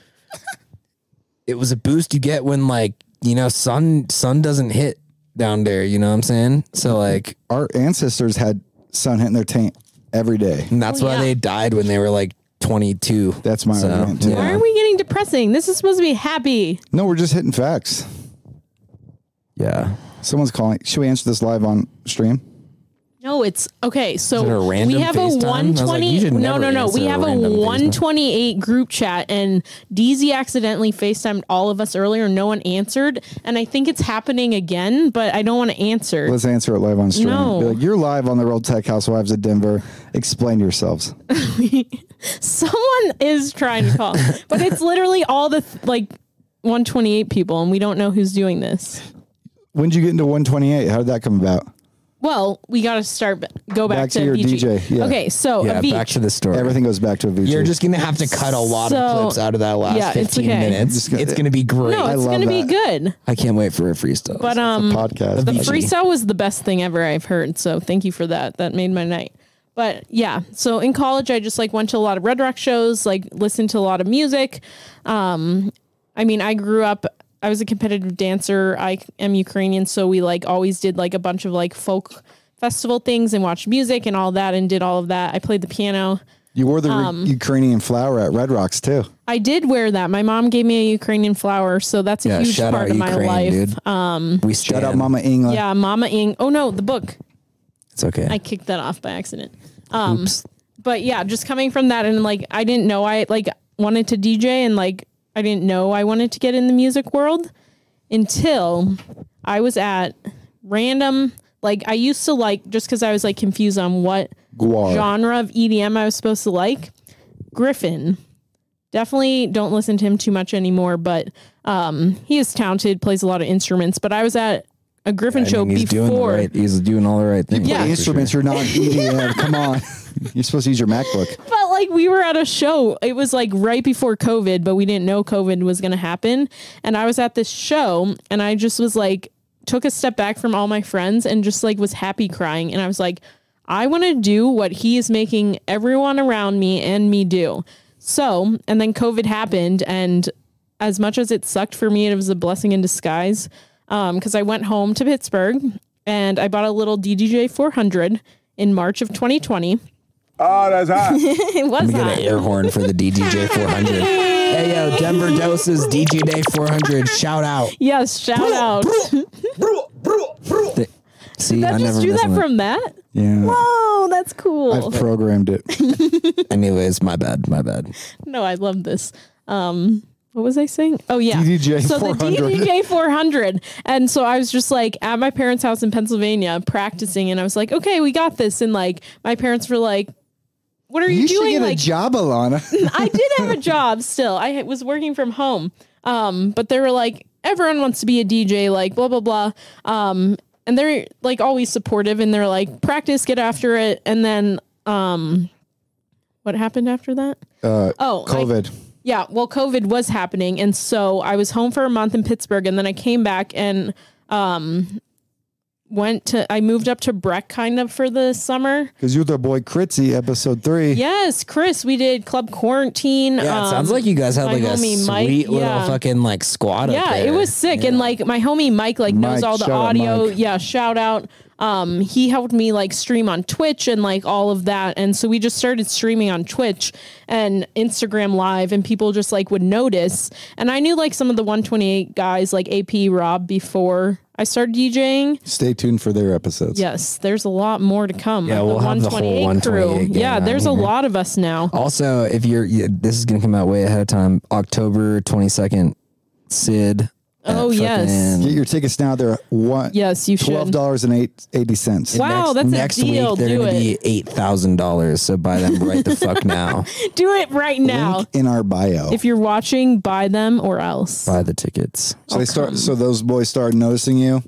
C: it was a boost you get when, like, you know, sun sun doesn't hit down there, you know what I'm saying?
A: Mm-hmm.
C: So, like,
B: Our ancestors had sun hitting their taint every day.
C: and that's
A: Oh,
C: why
A: yeah.
C: they died when they were like 22.
B: That's my argument, too.
A: Why
C: yeah.
A: are we getting depressing? This is supposed to be happy.
B: No, we're just hitting facts.
C: Yeah.
B: Someone's calling. Should we answer this live on stream?
A: No, it's okay.
C: Is it a
A: So we
C: random
A: have a
C: FaceTime? I was like,
A: 120.
C: you should
A: no,
C: never
A: no, no. We
C: answer
A: have
C: a
A: a
C: random
A: 128 group chat, and DZ accidentally FaceTimed all of us earlier. No one answered, and I think it's happening again, but I don't want to answer.
B: Let's answer it live on stream.
A: No.
B: Be like, You're live on the Real Tech Housewives of Denver. Explain yourselves.
A: Someone is trying to call, but it's literally all the th- like 128 people, and we don't know who's doing this.
B: When did you get into 128? How did that come about?
A: Well, we got to start b- go back,
B: Back to
A: to,
B: your
A: Avicii.
B: DJ, yeah.
A: Okay, so
C: Yeah.
A: Avicii.
C: Back to the story.
B: Everything goes back to a VJ.
C: You're just gonna have to cut a lot
A: So-
C: of clips out of that last
A: yeah, it's
C: 15
A: okay.
C: minutes.
B: Just gonna-
C: it's gonna be great.
A: no,
B: I
A: it's
B: love
A: gonna be
B: that.
A: good.
C: I can't wait for a freestyle.
A: But um,
B: podcast.
A: the
C: Avicii.
A: freestyle was the best thing ever I've heard. So thank you for that. That made my night. But yeah, so in college, I just like went to a lot of Red Rock shows, like listened to a lot of music. Um, I mean, I grew up. I was a competitive dancer. I am Ukrainian, so we like always did like a bunch of like folk festival things and watched music and all that and did all of that. I played the piano.
B: you wore the re-
A: Um,
B: Ukrainian flower at Red Rocks too.
A: I did wear that. My mom gave me a Ukrainian flower, so that's a
C: yeah,
A: huge
C: shout
A: part
C: out
A: of
C: Ukraine,
A: my life.
C: dude. Um, we
B: Shout
C: stand.
B: out Mama England.
A: Yeah, Mama Ing. Oh no, the book.
C: It's okay.
A: I kicked that off by accident. Um, but yeah, just coming from that and like I didn't know I like wanted to DJ and like I didn't know I wanted to get in the music world until I was at random like I used to like just because I was like confused on what
B: Guar.
A: genre of EDM I was supposed to like. Griffin. Definitely don't listen to him too much anymore, but um, he is talented, plays a lot of instruments. But I was at a Griffin
C: I mean,
A: show
C: he's doing the
A: before.
C: right. He's doing all the right things.
A: Yeah.
B: Play
C: for sure.
B: instruments. You're not EDM. Come on. You're supposed to use your MacBook.
A: But like we were at a show. It was like right before COVID, but we didn't know COVID was going to happen. And I was at this show and I just was like took a step back from all my friends and just like was happy crying and I was like I want to do what he is making everyone around me and me do. So, and then COVID happened and as much as it sucked for me, it was a blessing in disguise. Um, cause I went home to Pittsburgh and I bought a little DDJ 400 in March of 2020.
D: Oh, that's hot.
A: It was
C: Get
A: hot.
C: an air horn for the DDJ 400. hey yo, Denver Doses DG Day 400. Shout out.
A: Yes, shout out.
C: Th- See, I
A: That just
C: never
A: do
C: miss
A: that
C: one.
A: from that?
B: Yeah.
A: Oh, that's cool.
B: I've programmed it.
C: Anyways, my bad, my bad.
A: no, I love this. Um, what was I saying? Oh yeah,
B: DDJ
A: so the
B: 400.
A: DDJ 400, and so I was just like at my parents' house in Pennsylvania practicing, and I was like, okay, we got this, and like my parents were like, what are you,
B: You should
A: doing?
B: get
A: Like
B: a job, Alana.
A: I did have a job still. I was working from home. Um, but they were like, everyone wants to be a DJ, like blah blah blah. Um, and they're like always supportive, and they're like, practice, get after it. And then, um, what happened after that?
B: Uh,
A: Oh, I-
B: COVID.
A: yeah, well, COVID was happening, and so I was home for a month in Pittsburgh, and then I came back and um, went to. I moved up to Breck kind of for the summer.
B: Because you're the boy Critzy, episode three.
A: Yes, Chris, we did club quarantine.
C: Yeah, it
A: um,
C: sounds like you guys had
A: my
C: like a
A: homie
C: sweet
A: Mike,
C: little
A: yeah.
C: fucking like squad. up
A: yeah it
C: there.
A: was sick and like my homie mike like knows
B: Mike,
A: all the
B: shout out
A: audio
B: Mike.
A: yeah shout out um he helped me like stream on twitch and like all of that and so we just started streaming on twitch and instagram live and people just like would notice and i knew like some of the 128 guys like ap rob before i started djing
B: Stay tuned for their episodes.
A: yes there's a lot more to come
C: Yeah,
A: of
C: we'll have the whole 128 gang
A: yeah
C: on
A: there's a
C: here.
A: lot of us now
C: Also, if you're, yeah, this is gonna come out way ahead of time. October twenty second, Sid. at
A: Oh, yes.
C: fucking-
B: Get your tickets now. They're one.
A: yes you should
B: Twelve dollars and eight eighty cents.
A: wow that's
C: next
A: a deal
C: week they're
A: do
C: gonna
A: it
C: be eight thousand dollars. So buy them right the fuck now.
A: do it right now
B: in our bio.
A: If you're watching, buy them or else.
C: Buy the tickets.
B: so they start. So those boys start noticing you.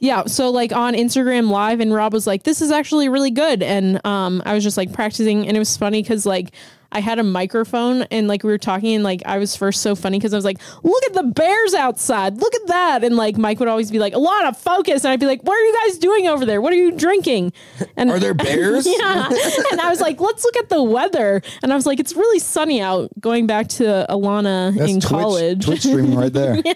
A: Yeah. So like on Instagram Live, and Rob was like, "This is actually really good," and um, I was just like practicing, and it was funny because like I had a microphone, and like we were talking, and like I was first so funny because I was like, "Look at the bears outside! Look at that!" And like Mike would always be like, "A lot of focus," and I'd be like, "What are you guys doing over there? What are you drinking?" And
C: Are there bears?
A: yeah. And I was like, "Let's look at the weather," and I was like, "It's really sunny out." Going back to Alana
B: That's
A: in
B: Twitch,
A: college.
B: Twitch streaming right there.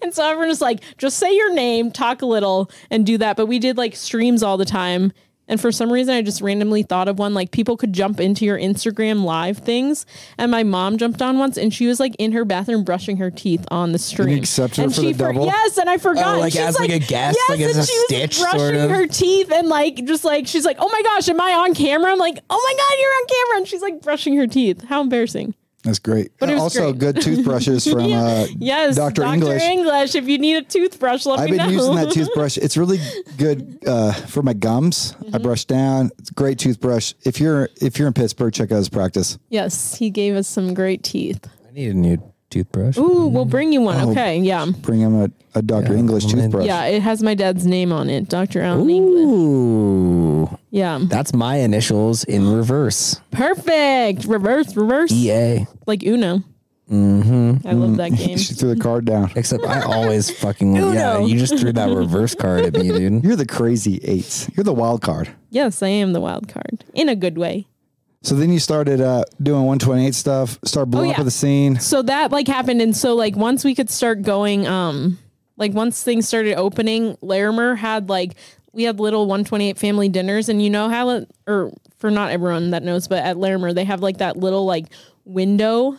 A: And so everyone was like, just say your name, talk a little, and do that. But we did like streams all the time. And for some reason, I just randomly thought of one like people could jump into your Instagram live things. And my mom jumped on once and she was like in her bathroom brushing her teeth on the stream.
B: accept her
A: And
B: for
A: she
B: the double?
A: Yes, and I forgot.
C: Oh, like,
A: She's
C: as, like, a guest, like, as
A: and
C: a
A: she was
C: stitch, sort
A: brushing
C: of.
A: her teeth and like just like she's like, oh my gosh, am I on camera? I'm like, oh my god, you're on camera, and she's like brushing her teeth. How embarrassing.
B: That's great.
A: it was
B: also,
A: great.
B: good toothbrushes from uh,
A: Yes,
B: Dr. English.
A: If you need a toothbrush, let
B: I've
A: me
B: been
A: know.
B: using that toothbrush. It's really good uh, for my gums.
A: Mm-hmm.
B: I brush down. It's a great toothbrush. If you're if you're in Pittsburgh, check out his practice.
A: yes, he gave us some great teeth.
C: I need a new toothbrush.
A: Ooh, we'll bring you one. Okay, yeah.
B: Bring him a, a Dr. English
C: well, then-
B: toothbrush.
A: Yeah, it has my dad's name on it, Dr. Allen England.
C: Ooh,
A: Yeah.
C: that's my initials in reverse. E
A: Perfect. Reverse, reverse.
C: EA.
A: Like Uno. Mm-hmm. I love that game.
B: She threw the card down.
C: Except I always fucking yeah.
A: Uno.
C: You just threw that reverse card at me, dude.
B: You're the crazy eights. You're the wild card.
A: yes, I am the wild card in a good way.
B: So then you started uh, doing 128 stuff, started blowing up
A: Oh, yeah.
B: at the scene.
A: so that like happened and so like once we could start going um like once things started opening larimer had like we had little 128 family dinners and you know how it- or for not everyone that knows but at larimer they have like that little like window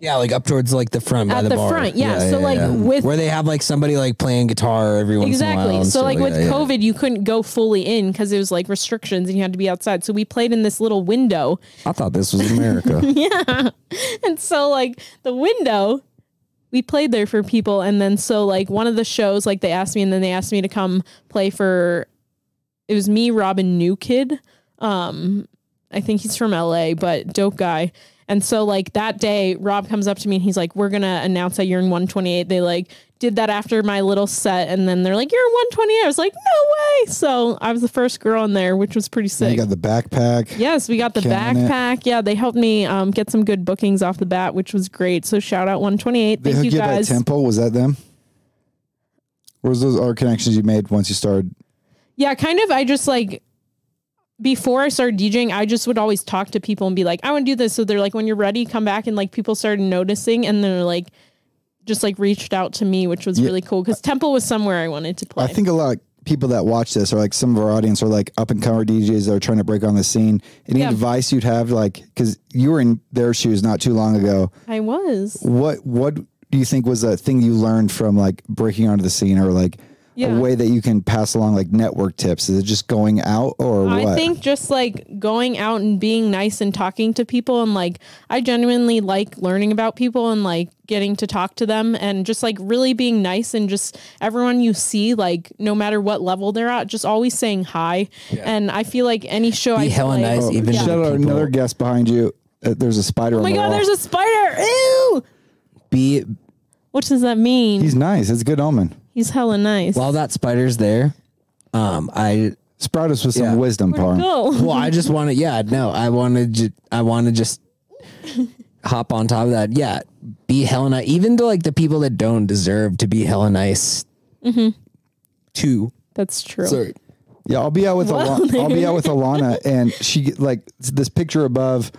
C: Yeah, like up towards like the front by
A: At
C: the,
A: the
C: bar.
A: front, yeah, so, like, with-
C: where they have like somebody like playing guitar every once in a
A: Exactly.
C: while. and
A: So
C: stuff
A: like with
C: that, yeah.
A: COVID, you couldn't go fully in because it was like restrictions and you had to be outside. So we played in this little window,
C: I thought this was America.
A: and so like the window, we played there for people. And then so like one of the shows, like they asked me, and then they asked me to come play for. It was me, Robin New Kid. Um, I think he's from LA, but dope guy. And so like that day, Rob comes up to me and he's like, "We're gonna announce that you're in 128." They like did that after my little set, and then they're like, "You're in 128." I was like, "No way!" So I was the first girl in there, which was pretty
B: You
A: sick.
B: got the backpack.
A: yes, we got the
B: Killing it.
A: backpack. Yeah, they helped me um, get some good bookings off the bat, which was great. So shout out 128.
B: They
A: Thank
B: hooked
A: you
B: you up at
A: guys.
B: Temple. Was that them? Or was those other connections you made once you started?
A: Yeah, kind of. I just like before I started DJing, I just would always talk to people and be like, I want to do this. So they're like, when you're ready, come back. And like people started noticing and they're like, just like reached out to me, which was really cool because Temple was somewhere I wanted to play.
B: I think a lot of people that watch this are like some of our audience are like up and comer DJs that are trying to break on the scene. Any
A: Yeah.
B: advice you'd have, like, because you were in their shoes not too long ago.
A: I was.
B: What what do you think was a thing you learned from like breaking onto the scene, or like
A: Yeah.
B: a way that you can pass along like network tips? Is it just going out or what?
A: I think just like going out and being nice and talking to people and like I genuinely like learning about people and like getting to talk to them and just like really being nice and just everyone you see like no matter what level they're at just always saying hi and I feel like any show I
C: hella
A: play-
C: nice,
A: Oh,
C: even
B: Shout
C: to
B: out
C: people.
B: another guest behind you. Uh, there's a spider.
A: my
B: on the
A: god,
B: wall.
A: there's a spider. Ew.
C: Be
A: What does that mean?
B: He's
A: He's,
B: nice. It's a good omen.
A: hella nice.
C: while that spider's there. Um, I
B: Sprout us with some
C: Yeah.
B: wisdom, Parm.
A: Go.
C: well, I just want to. Yeah, no, I want to. Ju- I want to just hop on top of that. Yeah, be hella nice, even to like the people that don't deserve to be hella nice. To
A: That's true.
C: sorry,
B: Yeah, I'll be out with Alana. I'll be out with Alana, and she like this picture above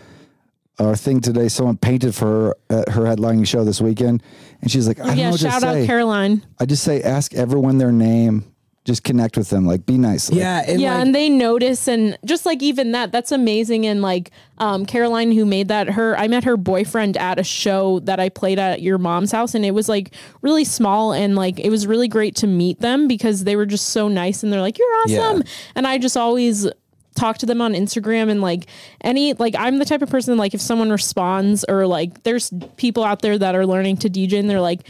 B: our thing today. Someone painted for her at her headlining show this weekend, and she's like, I don't know
A: Oh, Yeah,
B: what to
A: shout out
B: say.
A: Caroline.
B: I just say ask everyone their name, just connect with them, like be nice. Like,
C: yeah, and
A: yeah
C: like,
A: and they notice and just like even that that's amazing and like um caroline who made that her i met her boyfriend at a show that i played at your mom's house and it was like really small and like it was really great to meet them because they were just so nice and they're like you're
C: Yeah.
A: awesome and i just always talk to them on instagram and like any like i'm the type of person like if someone responds or like there's people out there that are learning to dj and they're like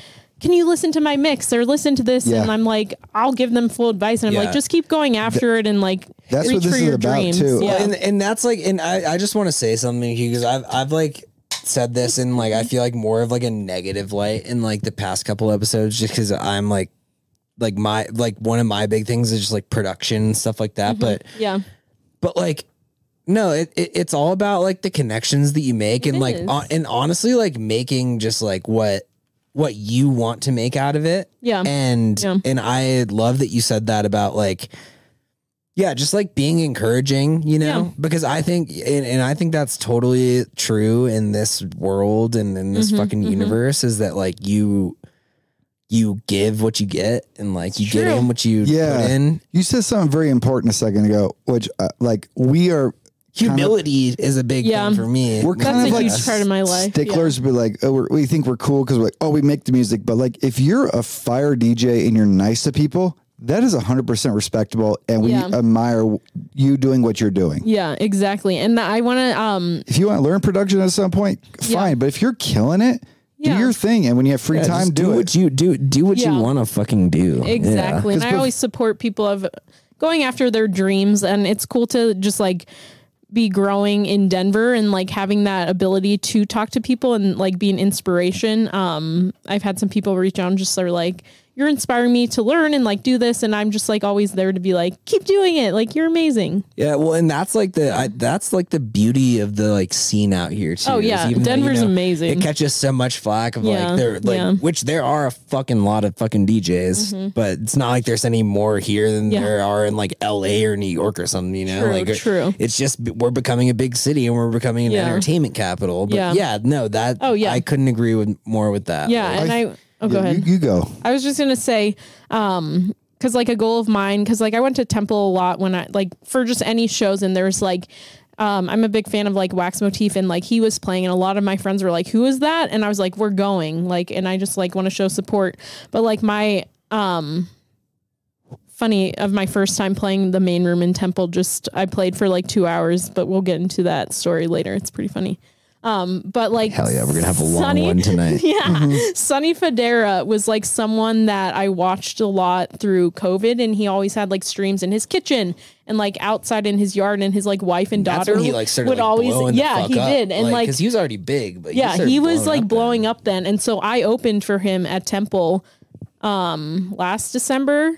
A: can you listen to my mix or listen to this
B: Yeah.
A: and i'm like i'll give them full advice and i'm
C: Yeah.
A: like just keep going after it and like
B: That's
A: reach
B: what this
A: for
B: is
A: your
B: about,
A: dreams.
B: too.
A: Yeah.
B: Well,
C: and and that's like and I, I just want to say something because I've I've like said this in like I feel like more of like a negative light in like the past couple episodes just because I'm like like my like one of my big things is just like production and stuff like
A: Mm-hmm.
C: that but
A: yeah.
C: but like no it, it it's all about like the connections that you make and like
A: is.
C: on, and honestly like making just like what what you want to make out of it
A: Yeah.
C: and
A: Yeah.
C: and i love that you said that about like yeah just like being encouraging you know
A: Yeah.
C: because i think and, and i think that's totally
A: Mm-hmm,
C: true in this world and in this fucking universe is that like you you give what you get and like you
A: true.
C: get in what you
B: Yeah.
C: put in.
B: You said something very important a second ago, which uh, like we are
C: Humility is a big
A: Yeah.
C: thing for me.
B: we're
A: That's
B: kind
A: a
B: of like
A: huge part of my life, yeah.
B: Sticklers be like, oh, we're, we think we're cool because we're like, oh, we make the music. But like, if you're a fire DJ and you're nice to people, that is 100% respectable. And we
A: Yeah.
B: admire you doing what you're doing.
A: Yeah, exactly. And I want to um
B: If you want to learn production at some point, fine.
A: Yeah.
B: But if you're killing it,
A: Yeah.
B: do your thing. And when you have free
C: Yeah,
B: time,
C: just
B: do, it.
C: what you do. Do what
A: Yeah.
C: you want to fucking do. Yeah.
A: Exactly. And
B: 'Cause
A: I
B: bef-
A: always support people of going after their dreams. And it's cool to just like be growing in Denver and like having that ability to talk to people and like be an inspiration. Um, I've had some people reach out and just are like, you're inspiring me to learn and like do this. And I'm just like always there to be like, keep doing it. Like you're amazing.
C: Yeah, well, and that's like the I, that's like the beauty of the like scene out here too.
A: Oh,
C: is
A: yeah.
C: even though,
A: Denver's amazing.
C: It catches so much flack of
A: Yeah,
C: like there like
A: yeah. Mm-hmm.
C: which there are a fucking lot of fucking DJs, but it's not like there's any more here than
A: Yeah.
C: there are in like L.A. or New York or something. You know,
A: True,
C: like
A: true.
C: It's just b- we're becoming a big city and we're becoming an
A: Yeah.
C: entertainment capital. But
A: Yeah.
C: yeah. no, that
A: Oh, yeah.
C: I couldn't agree with more with that.
A: Yeah.
C: Like,
A: and I, oh, go
B: Yeah,
A: ahead.
B: You, you go.
A: I was just gonna say, um, because like a goal of mine, because like I went to Temple a lot when I like for just any shows, and there's like, um, I'm a big fan of like Wax Motif, and like he was playing, and a lot of my friends were like, "Who is that?" And I was like, "We're going," like, and I just like want to show support, but like my um funny of my first time playing the main room in temple just i played for like two hours but we'll get into that story later it's pretty funny um but like
C: hell yeah, we're gonna have a long
A: Sunny-
C: one tonight.
A: yeah. Sonny Federa was like someone that I watched a lot through COVID, and he always had like streams in his kitchen and like outside in his yard, and his like wife and
C: That's
A: daughter
C: when he like started
A: would
C: like, blowing
A: always,
C: the
A: yeah,
C: fuck
A: he
C: up.
A: did, and like,
C: because he was already big, but
A: yeah,
C: started
A: he was
C: blowing
A: like
C: up then.
A: blowing up then, and so I opened for him at Temple um last December,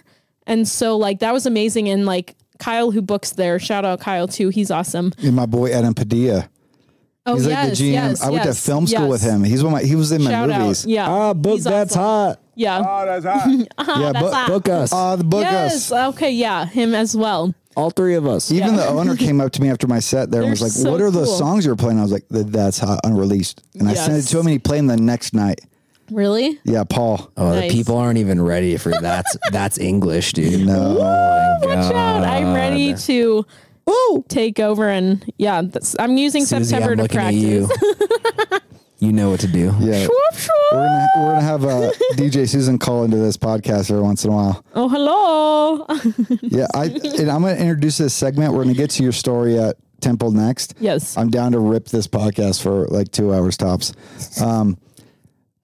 A: and so like that was amazing, and like. Kyle, who books there, shout out Kyle too. He's awesome.
B: And my boy Adam Padilla.
A: Oh,
B: He's like the GM. I went to film school with
A: yes.
B: him. He's one of my, he was in my
A: Shout
B: movies.
A: out, yeah,
E: Ah, book
A: He's
E: that's
A: awesome.
E: hot.
A: yeah.
D: Oh, that's hot.
B: yeah,
A: that's
B: book-
A: hot.
E: Book us.
B: Uh, the book
A: yes.
B: us.
A: Okay. Yeah. Him as well.
E: All three of us.
B: Even the owner came up to me after my set there and was
A: They're
B: like,
A: so
B: What are the
A: cool.
B: songs you're playing? I was like, "Th- That's hot, unreleased. And I sent it
A: Yes.
B: to him and he played them the next night.
A: Really?
B: Yeah, Paul.
C: Oh,
A: Nice.
C: the people aren't even ready for that's that's English, dude.
A: Oh, watch out. I'm ready to take over. And yeah, that's, I'm using
C: Susie,
A: September
C: I'm
A: to
C: looking at
A: practice.
C: you. you know what to do.
B: Yeah.
A: Whoop, whoop.
B: We're gonna, we're gonna have uh, DJ Susan call into this podcast every once in a while.
A: Oh, hello.
B: Yeah, I and I'm gonna introduce this segment. We're gonna get to your story at Temple next.
A: Yes.
B: I'm down to rip this podcast for like two hours tops.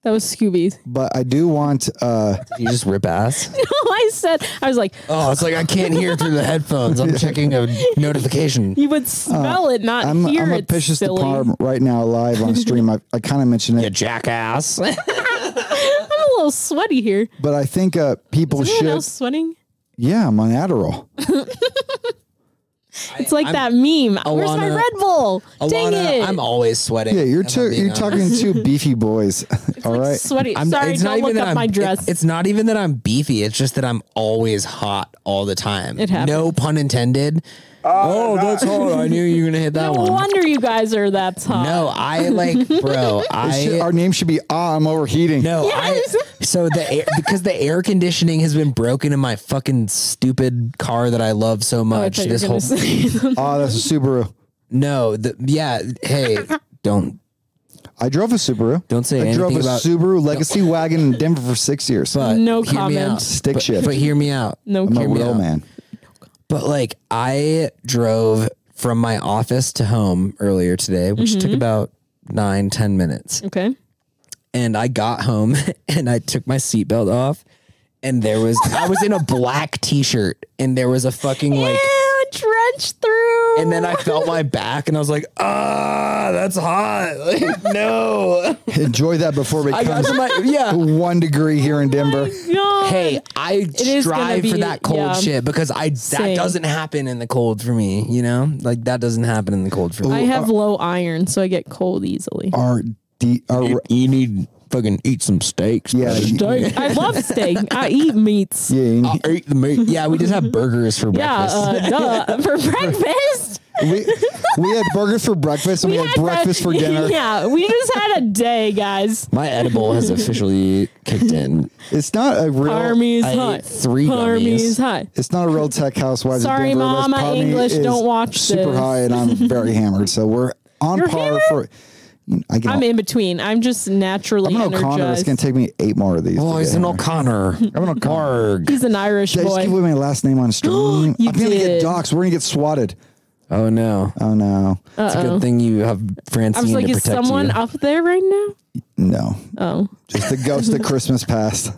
A: that was Scooby.
B: But I do want uh,
C: You just rip ass.
A: I said, I was like,
C: Oh, it's like I can't hear through the headphones. I'm checking a notification.
A: you would smell it, not
B: I'm
A: hear
B: I'm
A: it.
B: apicious to
A: silly.
B: Parm right now live on stream. I, I kind of mentioned it.
C: You jackass.
A: I'm a little sweaty here.
B: but I think uh, people
A: Is anyone
B: should.
A: else sweating?
B: Yeah, I'm on Adderall.
A: It's like that meme. Where's my
C: Alana-
A: Red Bull? Dang
C: Alana,
A: it.
C: I'm always sweating.
B: Yeah, you're
C: if I'm
B: too,
C: being
B: you're talking to beefy boys. All right,
A: sweaty.
C: I'm-
A: Sorry,
C: it's not
A: don't
C: even
A: look
C: that
A: up
C: I'm-
A: my
C: it-
A: dress.
C: it's not even that I'm beefy. It's just that I'm always hot all the time.
A: It happens.
C: No pun intended.
D: Oh,
C: Oh,
D: that's
C: that's hot. I knew you were gonna hit
A: no
C: that one.
A: wonder you guys are that hot.
C: No, uh, I like, bro. I
B: Shit, our name should be Ah, I'm overheating.
C: No,
A: Yes.
C: I, so the air, because the air conditioning has been broken in my fucking stupid car that I love so
A: Oh, I
C: much.
A: thought you were
C: this
A: gonna
C: whole
A: say something.
B: Ah, that's a Subaru.
C: no, the, yeah. Hey, don't
B: I drove a Subaru.
C: Don't say
B: I drove a
C: anything about-
B: Subaru Legacy wagon in Denver for six years.
C: but
A: No
C: hear me
A: comment.
C: out.
B: Stick
C: but,
B: shift.
C: But hear me out.
A: no
B: I'm a
A: kidding.
B: real man.
C: But like I drove from my office to home earlier today, which took
A: Mm-hmm.
C: about nine ten minutes.
A: Okay.
C: and I got home and I took my seatbelt off and there was I was in a black t-shirt and there was a fucking like
A: Ew, drenched through.
C: and then I felt my back and I was like, ah, that's hot. Like, no.
B: Enjoy that before it
C: I got
B: becomes
C: to my yeah.
B: one degree here in Denver.
A: God.
C: Hey, I
A: is gonna
C: strive
A: be-
C: for that cold
A: yeah.
C: shit because I that
A: Same.
C: doesn't happen in the cold for me, you know? Like that doesn't happen in the cold for
A: I
C: me.
A: have low iron, so I get cold easily.
B: Our D, our
C: you need
E: fucking eat some steaks.
B: Yeah,
E: brother.
B: you-
E: steak.
A: I love steak. I eat meats. Yeah,
B: Yeah,
E: I ate the meat.
C: Yeah, we just have burgers for breakfast.
A: uh, duh. For breakfast,
B: we we had burgers for breakfast and we, had,
A: the-
B: breakfast for dinner.
A: Yeah, we just had a day, guys.
C: My edible has officially kicked in.
B: It's not a real.
A: Army's
C: I
A: hot.
C: ate three
A: Army's
C: gummies.
A: hot.
B: It's not a real Tech Housewives. of
A: Sorry,
B: Denver. Les
A: Mom, my
B: Palmy
A: English
B: is
A: don't watch
B: super
A: this.
B: high, and I'm very hammered. So we're on
A: You're
B: par for. I get.
A: I'm in between. I'm just naturally
B: I'm an O'Connor. It's
A: energized.
B: gonna take me eight more of these.
C: Oh,
B: to
C: he's
B: get
C: an
B: hammered.
C: O'Connor.
B: I'm an O'Connor.
C: Arg.
A: He's an Irish
B: Did I just
A: boy.
B: give away my last name on stream?
A: You
B: I'm gonna get
A: did.
B: doxxed. We're gonna get swatted.
C: Oh no.
B: Oh no,
C: It's a good thing you have Francine
A: I was like,
C: to
A: is
C: protect
A: someone
C: you.
A: up there right now?
B: no,
A: Oh,
B: just the ghost of Christmas past.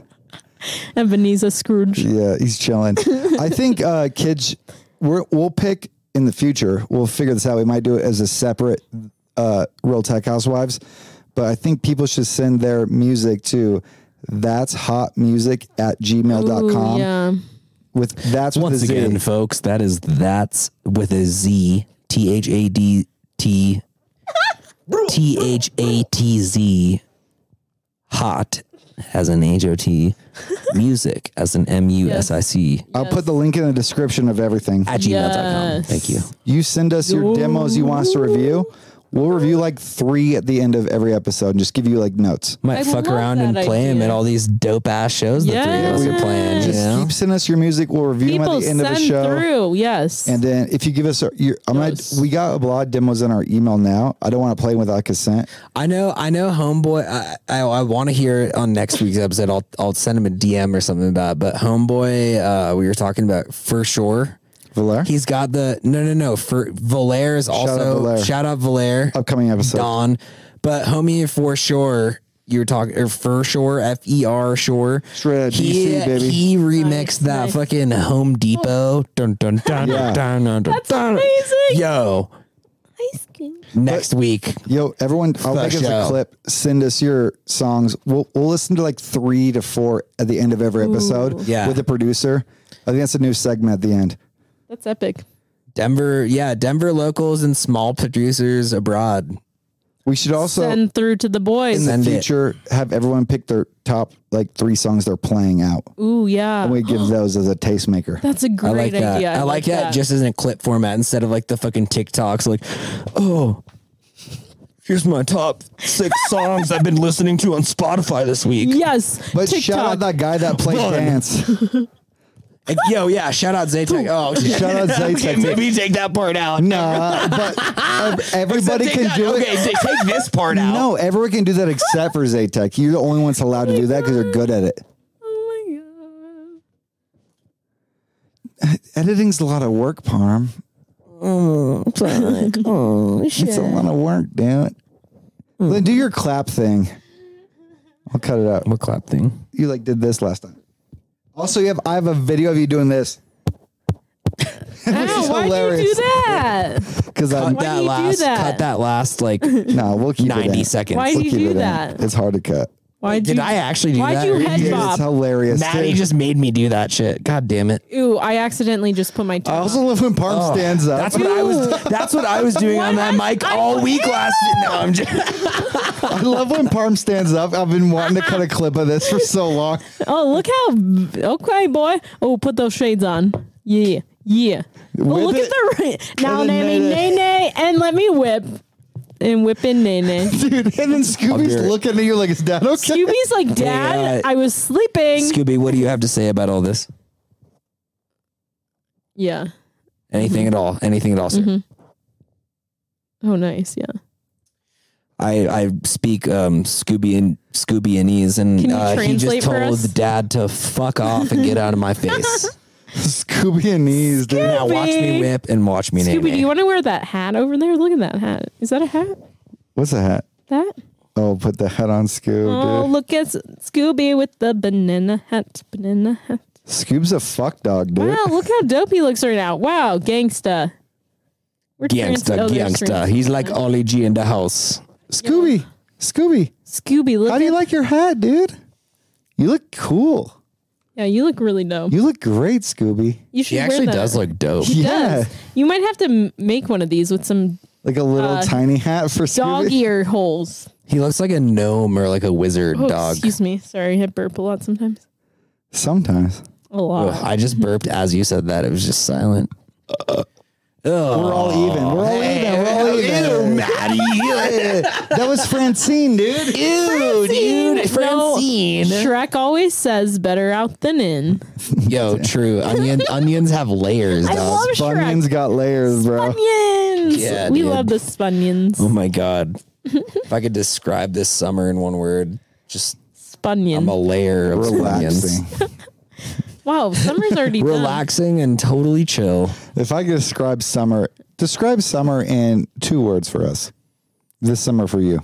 A: Ebenezer Scrooge.
B: Yeah, he's chilling. I think uh, kids, we're, we'll pick in the future. We'll figure this out. We might do it as a separate uh, Real Tech Housewives, but I think people should send their music to that's hot music at gmail.com
A: Ooh, yeah.
B: with that's
C: Once
B: with a Z.
C: again, folks, that is that's with a Z T H A D T T H A T Z hot as an H O T music as an M U S I C
B: I'll put the link in the description of everything.
C: at gmail.com.
A: Yes.
C: Thank you.
B: You send us your demos you want us to review. We'll review like three at the end of every episode and just give you like notes.
C: Might
A: I
C: fuck
A: love
C: around and
A: that
C: play him at
A: idea.
C: all these dope ass shows the three of us are playing. You
B: Just
C: know?
B: keep sending us your music. We'll review them at
A: People
B: the end of the
A: send
B: show.
A: through. Yes.
B: And then if you give us our, your, I'm
A: Yes.
B: gonna, we got a lot of demos in our email now. I don't want to play without consent.
C: I know, I know, homeboy. I I, I want to hear it on next week's episode. I'll I'll send him a DM or something about. It. But homeboy, uh, we were talking about for sure.
B: Valer,
C: He's got the no, no, no. For Valer is
B: out
C: also
B: Valere.
C: shout out Valer
B: upcoming episode.
C: Don, but homie for sure. You were talking or for sure, F E R sure.
B: Straight out of
C: he,
B: DC, baby.
C: He remixed
A: Nice,
C: that
A: nice.
C: fucking Home Depot. Dun dun dun
B: Yeah.
C: dun dun dun.
A: That's amazing.
C: Yo,
A: Ice cream.
C: next week.
B: Yo, everyone, I'll
C: The
B: make us a
C: show.
B: clip. Send us your songs. We'll we'll listen to like three to four at the end of every episode.
C: Yeah.
B: with the producer. I think that's a new segment at the end.
A: That's epic.
C: Denver, yeah, Denver locals and small producers abroad.
B: We should also
A: send through to the
B: in
A: boys.
B: the
C: Send it.
B: future have everyone pick their top like three songs they're playing out.
A: Ooh, yeah.
B: And we give those as a tastemaker.
A: That's a
C: I
A: great
C: like that.
A: idea.
C: I, like, that, just as in a clip format instead of like the fucking TikToks. Like, oh,
E: Here's my top six songs I've been listening to on Spotify this week.
A: yes.
B: But
A: TikTok.
B: shout out that guy that played
E: Run.
B: dance.
C: and- yo, yeah, shout out Zaytech. Oh, shit.
B: Shout out Zaytech.
E: Okay, maybe take that part out.
B: Nah, but ev- everybody
E: Take
B: can
E: that-
B: do it.
E: okay, ta- take this part out.
B: No, everyone can do that except for Zaytech. You're the only ones allowed to do that because you're good at it.
A: Oh my god.
B: Editing's a lot of work, Parm. It's a lot of work, dude. Then do your clap thing. I'll cut it out.
C: What clap thing?
B: You like did this last time. Also, you have I have a video of you doing this
A: Ow, why do you
B: hilarious.
A: do that?
B: because I'm
A: Why
C: Cut
A: do
C: that
A: you do
C: last.
A: that?
C: Cut that last like
B: no. We'll keep it.
C: ninety
B: in.
C: seconds.
A: Why
B: We'll
A: do you
B: keep
A: do
B: it in.
A: that?
B: It's hard to cut.
A: Why
C: Did I actually do
A: Why'd
C: that?
A: you
C: Or
A: head
C: did
B: Dude,
A: bop?
B: it's hilarious.
C: Maddie
B: dude.
C: just made me do that shit. God damn it.
A: Ooh, I accidentally just put my. Tongue
B: I also
A: out.
B: love when Parm Oh. stands up.
C: Oh, That's what I was. That's what I was doing on that mic all week last. No, I'm just.
B: I love when Parm stands up. I've been wanting to cut a clip of this for so long.
A: Oh, look how. Okay, boy. Oh, put those shades on. Yeah, yeah. Oh,
B: Whip
A: look
B: it.
A: at the ri- now,
B: And then
A: nay,
B: nay,
A: nay,
B: nay.
A: nay, and let me whip and whip in nay, nay.
B: Dude, and then Scooby's
C: do it.
B: looking at you like, is that okay?
A: Scooby's like, Dad,
C: uh,
A: I was sleeping.
C: Scooby, what do you have to say about all this?
A: yeah.
C: Anything at all? Anything at all, sir?
A: Mm-hmm. Oh, nice. Yeah.
C: I, I speak um, Scooby and Scoobianese, and
A: Can you
C: uh, he
A: translate
C: just
A: for
C: told
A: us?
C: the dad to fuck off and get out of my face.
B: Scooby and knees, dude.
C: now watch me
A: Scooby.
C: whip and watch me
A: Scooby, do
C: name.
A: you want to wear that hat over there? Look at that hat. Is that a hat?
B: What's the hat?
A: That?
B: Oh, put the hat on Scoob,
A: Oh,
B: dude.
A: look at S- Scooby with the banana hat. Banana hat.
B: Scoob's a fuck dog, dude.
A: Wow, look how dope he looks right now. Wow, gangsta. We're
C: Gangsta,
A: trans- oh, there's
C: gangsta.
A: trans-
C: He's like Ollie G in the house.
B: Scooby, Scooby,
A: Scooby, look.
B: how do you
A: at-
B: like your hat, dude? You look cool.
A: yeah, you look really dope.
B: You look great, Scooby.
A: You should
C: He
A: wear
C: actually
A: that.
C: does look dope.
A: He
B: Yeah.
A: does. You might have to m- make one of these with some
B: like a little
A: Uh,
B: tiny hat for
A: Dog
B: Scooby.
A: ear holes.
C: He looks like a gnome or like a wizard
A: Oh,
C: dog.
A: excuse me. Sorry, I burp a lot sometimes.
B: Sometimes
A: A lot.
C: Ugh, I just burped as you said that. It was just silent.
B: we're all even. We're
A: Oh.
B: all even. We're all even. that was Francine, dude.
C: Ew, dude, Francine.
A: Shrek always says better out than in.
C: Yo, true. Onion, onions have layers,
A: I
C: dog.
A: love Shrek.
B: Bunyan's got layers, bro.
A: Spunions.
C: Yeah,
A: we
C: dude.
A: love the Spunions.
C: Oh my god. if I could describe this summer in one word, just I'm a
A: Spunion.
C: layer of onions.
B: Relaxing.
A: Wow, summer's already done.
C: Relaxing and totally chill.
B: If I could describe summer, describe summer in two words for us. This summer for you.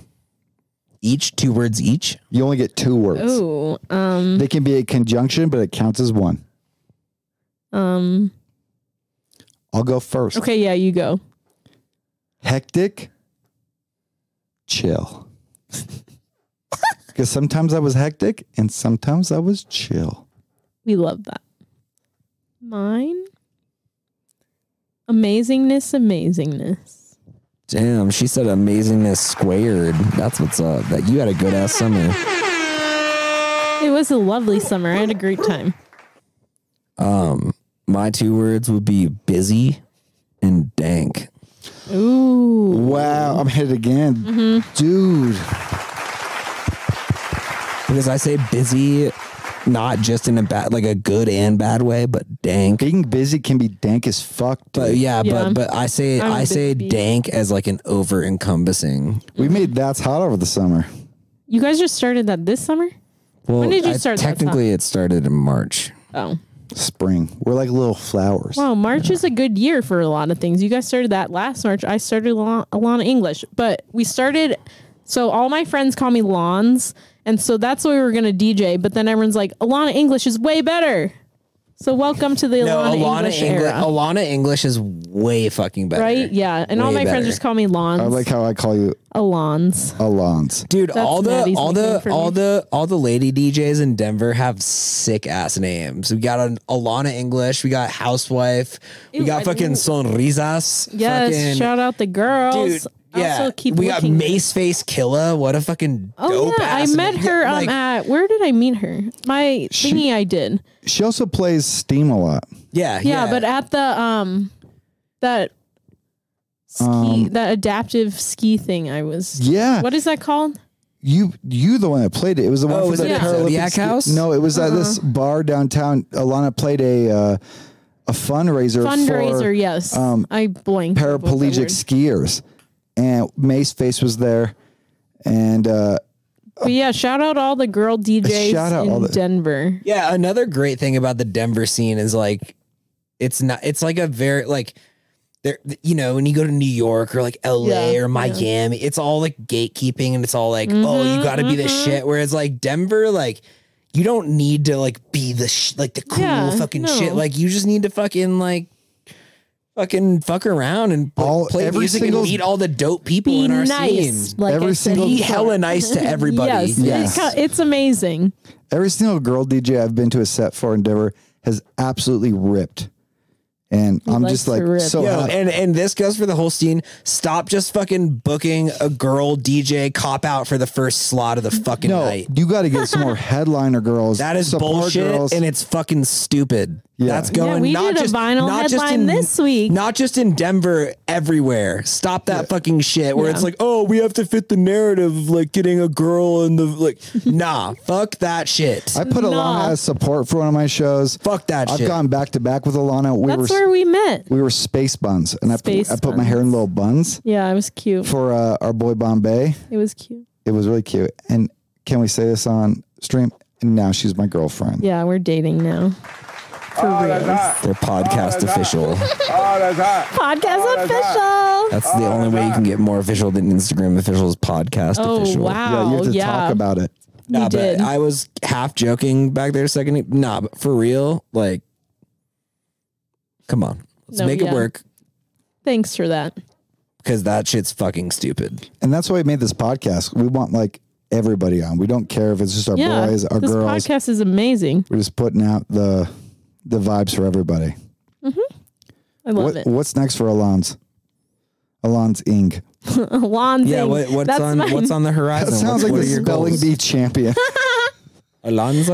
C: Each two words each.
B: You only get two words.
A: Ooh, um,
B: They can be a conjunction, but it counts as one.
A: um.
B: I'll go first.
A: Okay, yeah, you go.
B: Hectic, chill. Because sometimes I was hectic and sometimes I was chill.
A: We love that. Mine. Amazingness, amazingness.
C: Damn, she said amazingness squared. That's what's up. That you had a good ass summer.
A: It was a lovely summer. I had a great time.
C: Um, my two words would be busy and dank.
A: Ooh.
B: Wow, I'm hit again.
A: Mm-hmm.
B: Dude,
C: Because I say busy not just in a bad like a good and bad way, but dank.
B: being busy can be dank as fuck. Dude.
C: But yeah,
A: Yeah.
C: but but I say
A: I'm a
C: i say
A: busy bee.
C: dank as like an over encompassing.
B: we made That's Hot over the summer.
A: You guys just started that this summer?
C: Well,
A: When did you start that
C: technically, it started in March.
A: Oh.
B: Spring. We're like little flowers.
A: Wow, Oh, March is a good year for a lot of things. You guys started that last March. I started Lon- Alana English, but we started. So all my friends call me Lons, and so that's what we were gonna DJ. But then everyone's like, Alana English is way better. So welcome to the Alana, English era,
C: Alana English is way fucking better.
A: right? Yeah, and all
C: Way
A: my friends
C: better.
A: just call me Lons.
B: I like how I call you
A: Alons.
B: Alons.
C: Dude, all the
A: Maddie's
C: all
A: nickname
C: the
A: for
C: all
A: me.
C: the all the lady DJs in Denver have sick ass names. We got an Alana English, we got Housewife, we
A: Ew,
C: got
A: I
C: fucking
A: love-
C: Sonrisas.
A: Yes,
C: fucking,
A: shout out the girls.
C: dude. Yeah,
A: also keep
C: we got
A: looking.
C: Mace Face Killa. What a fucking
A: Oh
C: dope
A: yeah, I
C: ass
A: met
C: name.
A: her.
C: Yeah,
A: um, at where did I meet her? My thingy, I did.
B: She also plays Steam a lot.
C: yeah,
A: yeah, but at the um that ski
C: Um,
A: that adaptive ski thing I was
B: Yeah.
A: what is that called?
B: You you the one that played it. It was the one
C: Oh,
B: for
C: was
B: the
A: it at
B: Paralympic
C: Zodiac
B: ski-
C: House?
B: No, it was at
A: Uh-huh.
B: this bar downtown. Alana played a uh, a fundraiser,
A: Fundraiser,
B: for
A: yes.
C: um,
A: I blanked. on both the
B: paraplegic
A: words.
B: skiers, and Mace Face was there, and uh,
A: But yeah, shout out all the girl DJs
B: Shout out
A: in
B: all the-
A: Denver.
C: Yeah, another great thing about the Denver scene is like it's not it's like a very like there you know, when you go to New York or like LA
A: Yeah,
C: or Miami, it's all like gatekeeping and it's all like, oh,
A: Mm-hmm,
C: you gotta be the shit. Whereas like Denver, like you don't need to like be the sh- like the cool
A: Yeah,
C: fucking
A: no.
C: shit. Like you just need to fucking like fucking fuck around and like,
B: All-
C: play
B: every
C: music
B: single-
C: and meet all the dope people
A: Be
C: in our
A: nice.
C: scene.
A: Like
B: Every
A: I said
B: single-
C: Be
A: before.
C: hella nice to everybody.
A: Yes, it's
B: Yes.
A: co- it's amazing.
B: every single girl DJ I've been to a set for in Denver has absolutely ripped, and I'm
A: like
B: just
A: to
B: like
A: rip.
B: so.
C: Yo,
B: happy.
C: and and this goes for the whole scene. Stop just fucking booking a girl DJ cop out for the first slot of the fucking
B: no,
C: night.
B: you got to get some more headliner girls.
C: That is
B: support
C: bullshit,
B: girls.
C: and it's fucking stupid.
B: Yeah.
C: That's
B: Yeah,
C: going.
A: we
C: not
A: did a
C: just,
A: vinyl
C: not just
A: headline
C: in,
A: this week.
C: Not just in Denver, everywhere. Stop that fucking shit. Where it's
A: Yeah.
C: like, oh, we have to fit the narrative, of, like getting a girl in the like. nah, fuck that shit.
B: I put
A: Nah.
B: Alana as support for one of my shows.
C: fuck that
B: I've
C: shit.
B: gone back to back with Alana. We were
A: That's where we met.
B: we were space buns, and
A: Space
B: I put, I put my hair in little buns
A: Yeah, it was cute.
B: for uh, our boy Bombay.
A: It was cute.
B: It was really cute. And can we say this on stream? And now she's my girlfriend.
A: Yeah, we're dating now. For
B: Oh,
A: real.
C: They're podcast official.
D: Oh, that's hot.
B: Oh,
D: that's
A: Podcast official.
C: That's the only way you can get more official than Instagram officials. Podcast
A: Oh
C: official.
B: Yeah, you
A: wow.
B: have to
A: Yeah.
B: talk about it.
C: Nah, but
A: did.
C: I was half joking back there a second. Nah, but for real, like, come on, let's
A: No,
C: make
A: yeah.
C: it work
A: Thanks for that.
C: because that shit's fucking stupid.
B: And that's why we made this podcast. We want like everybody on. We don't care if it's just our
A: Yeah,
B: boys, our
A: this
B: girls.
A: podcast is amazing.
B: We're just putting out the the vibes for everybody.
A: I love
B: What-
A: it.
B: what's next for Alon's? Alon's Inc.
A: Alonzo.
C: Yeah, what, what's
A: That's
C: on
A: mine.
C: what's on the horizon?
B: That sounds
C: what's,
B: like
C: what
B: the
C: are your
B: spelling
C: goals?
B: bee champion.
C: Alonzo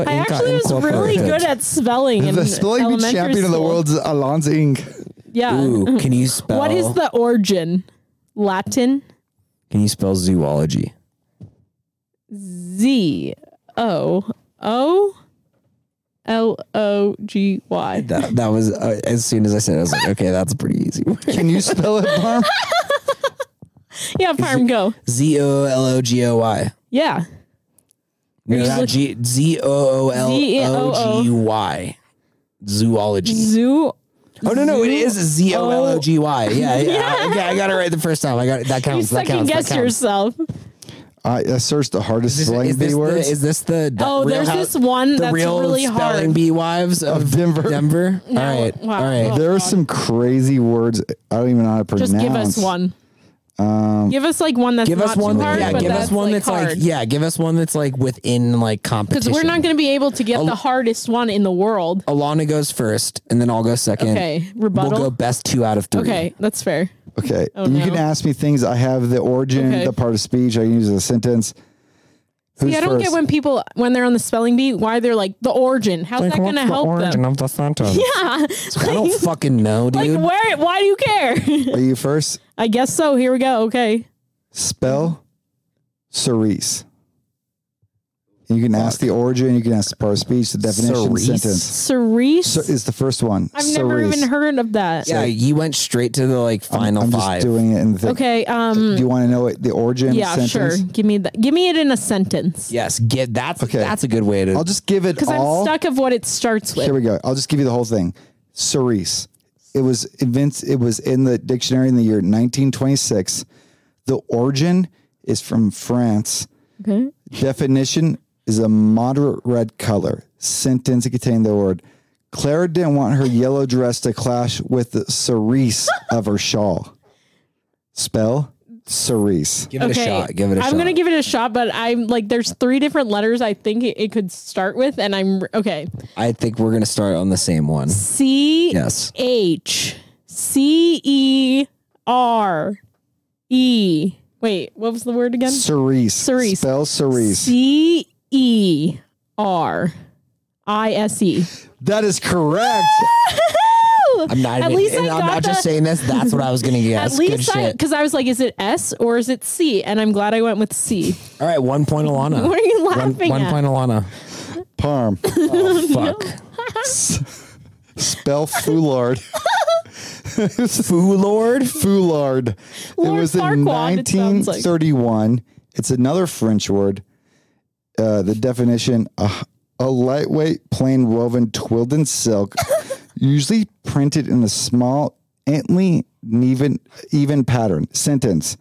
A: I
C: Inca
A: actually was really
C: Incorporated.
A: good at spelling in
B: the spelling bee
A: elementary
B: champion of the
A: school.
B: world's Alon's Inc.
A: Yeah.
C: Ooh, can you spell?
A: What is the origin? Latin
C: Can you spell zoology?
A: Z O O L O G Y.
C: That that was uh, as soon as I said, it, I was like, okay, that's a pretty easy.
B: Can you spell it, Barb?
A: Yeah, farm go.
C: Z o l o g o y.
A: Yeah.
C: No,
A: you
C: not
A: look-
C: G- Z o o l o g y. Zoology.
A: Zoo.
C: Oh no no, it is Z o l o g y. Yeah yeah
A: Yeah.
C: yeah. I got it right the first time. I got it. that
A: Oh. You
C: counts. that
A: second
C: counts. that
A: guess
C: counts.
A: yourself.
B: I, I searched the hardest
C: Is
B: spelling
C: this, is
B: bee
C: this the,
B: words.
C: is this the, the
A: Oh,
C: real
A: there's
C: house-
A: this one
C: the
A: that's
C: real
A: really
C: spelling
A: hard.
C: bee wives of,
B: Of Denver.
C: Denver. all right,
A: wow.
C: all right.
A: Oh,
B: there are
A: God.
B: some crazy words. I don't even know how to pronounce.
A: Just give us one. give us like one that's
C: Um, Give
A: not
C: us one.
A: too hard,
C: yeah,
A: but
C: give us
A: that's,
C: one
A: like,
C: that's like
A: hard.
C: yeah, give us one that's like within like
A: Because
C: competition.
A: we're not going to be able to get the hardest one in the world.
C: Alana goes first, and then I'll go second.
A: Okay,
C: We'll
A: rebuttal.
C: go best two out of three.
A: okay, that's fair.
B: Okay, you
A: Oh, no.
B: can ask me things. I have the origin,
A: Okay.
B: the part of speech. I can use the sentence. Who's
A: Yeah, I don't
B: first?
A: get when people when they're on the spelling bee why they're like the origin. How's that going to help them?
C: of the sentence?
A: Yeah,
C: I don't fucking know,
A: like
C: dude.
A: where? Why do you care?
B: Are you first?
A: I guess so. Here we go. Okay,
B: Spell Cerise. You can ask the origin. You can ask the part of speech, the definition,
C: Cerise?
B: sentence.
A: Cerise.
B: So is the first one.
A: I've never
B: Cerise.
A: even heard of that.
C: yeah, you went straight to the like final
B: I'm
C: five.
B: just doing it in the thing.
A: Okay. Um.
B: Do you want to know it, the origin?
A: Yeah.
B: sentence?
A: Sure. Give me that. Give me it in a sentence.
C: yes, get that's
B: Okay.
C: that's a good way to.
B: I'll just give it
A: Because
B: all.
A: I'm stuck of what it starts with.
B: Here we go. I'll just give you the whole thing. Cerise. It was invents. It was in the dictionary in the year 1926. The origin is from France.
A: Okay.
B: Definition is a moderate red color. Sentence containing the word. Clara didn't want her yellow dress to clash with the cerise of her shawl. Spell cerise.
C: give it a shot. Give it a
A: I'm
C: shot.
A: gonna give it a shot, but I'm like, there's three different letters I think it, it could start with, and I'm okay.
C: I think we're gonna start on the same one.
A: C
C: Yes.
A: H C E R E. Wait, what was the word again?
B: Cerise.
A: Cerise.
B: Spell cerise.
A: C E R I S E.
B: that is correct.
C: I'm not
A: At
C: even,
A: least I
C: and I'm
A: got
C: not just
A: the-
C: saying this. That's what I was gonna guess.
A: At
C: Good
A: least I,
C: shit.
A: because I was like, is it S or is it C? And I'm glad I went with C.
C: All right, one point, Alana.
A: What are you laughing
C: one, one
A: at?
C: point, Alana.
B: Parm.
C: Oh, fuck.
B: Spell foulard.
C: Foo Lord.
B: foulard.
A: Lord
B: it was in
A: Farquaad, it sounds like.
B: 1931. It's another French word. Uh, the definition a, a lightweight, plain woven twilled in silk, usually printed in a small, antly, and even, even pattern. Sentence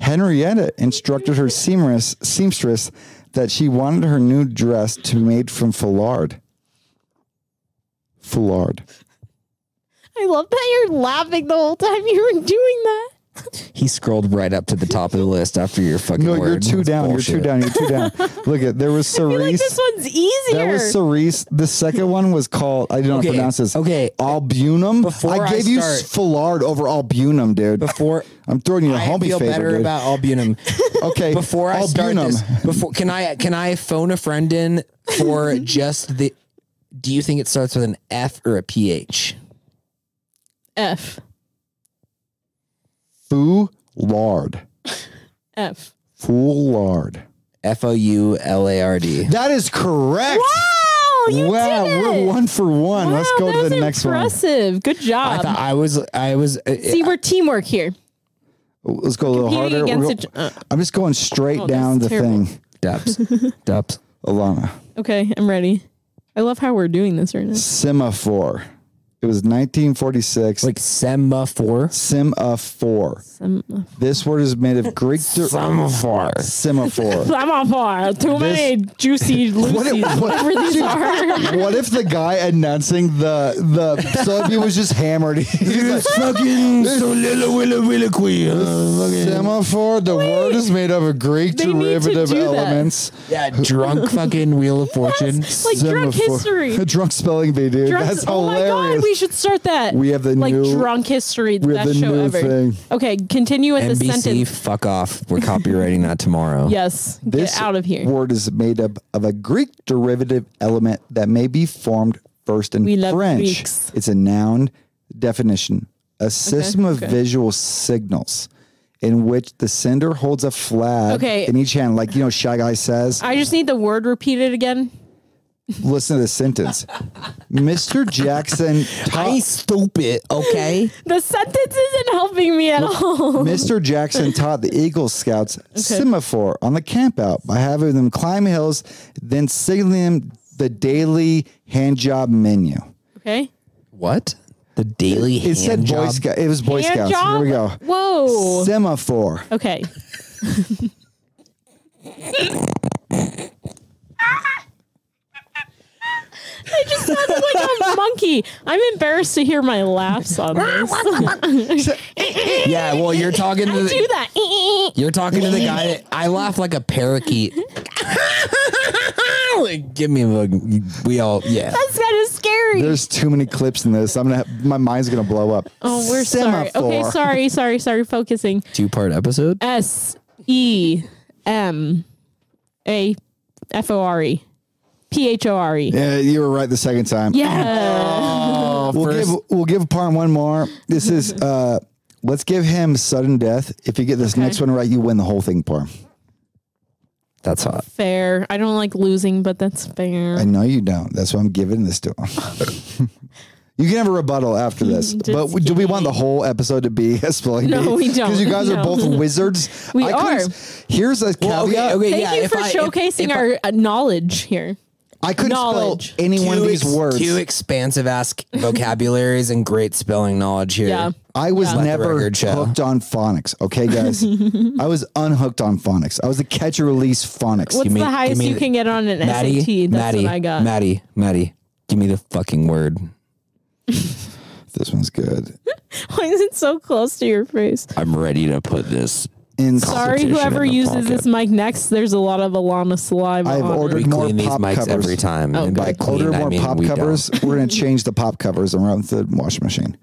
B: Henrietta instructed her seamstress, seamstress that she wanted her new dress to be made from foulard. Foulard.
A: I love that you're laughing the whole time you were doing that.
C: He scrolled right up to the top of the list after your fucking
B: No,
C: word.
B: you're two
C: That's
B: down.
C: bullshit.
B: You're two down. You're two down. Look at there was
A: I feel like this
B: Cerise.
A: one's easier.
B: that was Cerise. The second one was called. I don't know how to
C: Okay,
B: pronounce this.
C: okay.
B: Albunum.
C: Before
B: I
C: I
B: gave you
C: start-
B: Fillard over Albunum, dude.
C: Before
B: I'm throwing you a
C: I
B: homie
C: feel
B: favor,
C: better
B: dude.
C: about Albunum.
B: okay.
C: Before I start
B: Albunum.
C: this, before can I can I phone a friend in for just the? Do you think it starts with an F or a PH?
A: F
B: Foulard.
A: F.
B: Foolard.
C: F O U L A R D.
B: That is correct.
A: Wow, Oh, you
B: wow,
A: did it.
B: we're one for one.
A: Wow,
B: Let's go
A: that
B: to
A: was
B: the next
A: impressive. Good
C: I
A: job.
C: thought I was I was uh,
A: See, we're teamwork here.
B: one. Let's go a little
A: Competing
B: harder.
A: against
B: We'll-
A: each- uh.
B: I'm just going straight
A: Oh, this
B: down
A: is
B: the
A: terrible.
B: thing.
C: Dubs Dubs.
B: Alana.
A: Okay, I'm ready. I love how we're doing this right now.
B: Semaphore. It was 1946.
C: like semaphore.
B: semaphore.
A: Sem-
B: This word is made of Greek de-
C: Semaphore.
B: semaphore.
A: I'm on fire. Too many juicy Lucy's,
B: what-
A: whatever these are.
B: what if the guy announcing the the soybean was just hammered? He's like,
E: fucking soliloquy.
C: uh,
B: semaphore. The word is made of a Greek
A: They need to
B: derivative
A: do that.
B: elements.
C: Yeah, drunk fucking Wheel of Fortune.
A: Like drunk
B: Semaphore.
A: history.
B: drunk spelling bee, dude.
A: Drunk-
B: That's
A: oh my
B: hilarious.
A: god, we we should start that.
B: We have the
A: like
B: new-
A: drunk history
B: we have
A: best
B: the
A: show
B: new
A: ever.
B: thing.
A: Okay, continue with the
C: NBC,
A: sentence.
C: fuck off. We're copywriting that tomorrow.
A: Yes,
B: This
A: get out of here.
B: word is made up of a Greek derivative element that may be formed first in
A: We love
B: French.
A: Greeks.
B: It's a noun definition, a system of
A: okay.
B: visual signals in which the sender holds a flag
A: Okay.
B: in each hand. Like, you know, Shy Guy says,
A: I just need the word repeated again.
B: listen to this sentence. Mr. Jackson
C: I
B: taught,
C: ain't stupid, okay?
A: The sentence isn't helping me at all.
B: Mr. Jackson taught the Eagle Scouts semaphore on the campout by having them climb hills, then signaling them the daily hand job menu.
A: Okay.
C: what? The daily
B: It said Boy Scout. It was Boy
A: Hand
B: Scouts. Here
A: job?
B: we go.
A: Whoa.
B: Semaphore.
A: Okay. I just sounded like a monkey. I'm embarrassed to hear my laughs on this.
C: Yeah, well, you're talking to
A: Do
C: the,
A: that.
C: you're talking to the guy that I laugh like a parakeet. Like, Give me a look. We all, yeah.
A: That's kind of scary.
B: There's too many clips in this. I'm gonna. Have, my mind's gonna blow up.
A: oh, we're sorry. Okay,
B: Semaphore.
A: sorry, sorry, sorry. Focusing.
C: Two part episode.
A: S E M A F O R E P H O R E.
B: Yeah, you were right the second time.
A: Yeah.
B: we'll give we'll give Parm one more. This is uh, let's give him sudden death. If you get this next one right, you win the whole thing, Parm.
C: That's hot.
A: Fair. I don't like losing, but that's fair.
B: I know you don't. That's why I'm giving this to him. you can have a rebuttal after this,
A: Just
B: but do we want the whole episode to be a spelling
A: No, we don't.
B: Because you guys
A: No.
B: are both wizards.
A: We
B: couldn't-
A: are.
B: Here's a caveat.
A: Thank you for showcasing our uh, knowledge here.
B: I couldn't
A: Knowledge.
B: spell any one of these
C: ex-
B: words.
C: Two expansive ass vocabularies and great spelling knowledge here.
A: Yeah.
B: I was
C: the
B: never
C: record show.
B: hooked on phonics. Okay, guys. I was unhooked on phonics. I was the catch and release phonics.
A: What's
C: me-
A: the
C: give
A: highest
C: me
A: you
C: the-
A: can get on an
C: Maddie,
A: SAT? That's
C: Maddie,
A: what I got.
C: Maddie, Maddie, give me the fucking word.
B: this one's good.
A: Why is it so close to your face?
E: I'm ready to put this.
B: In
A: Sorry,
E: Competition
A: whoever
E: in the
A: uses
E: pocket.
A: this mic next. There's a lot of Alana saliva.
B: I've
A: on it.
B: ordered
C: We
B: More
C: clean these
B: pop
C: mics
B: covers.
C: every time. and by
A: Oh, good.
C: clean,
B: order
C: I
B: more
C: mean
B: pop
C: we don't.
B: covers. We're gonna change the pop covers and run through the washing machine.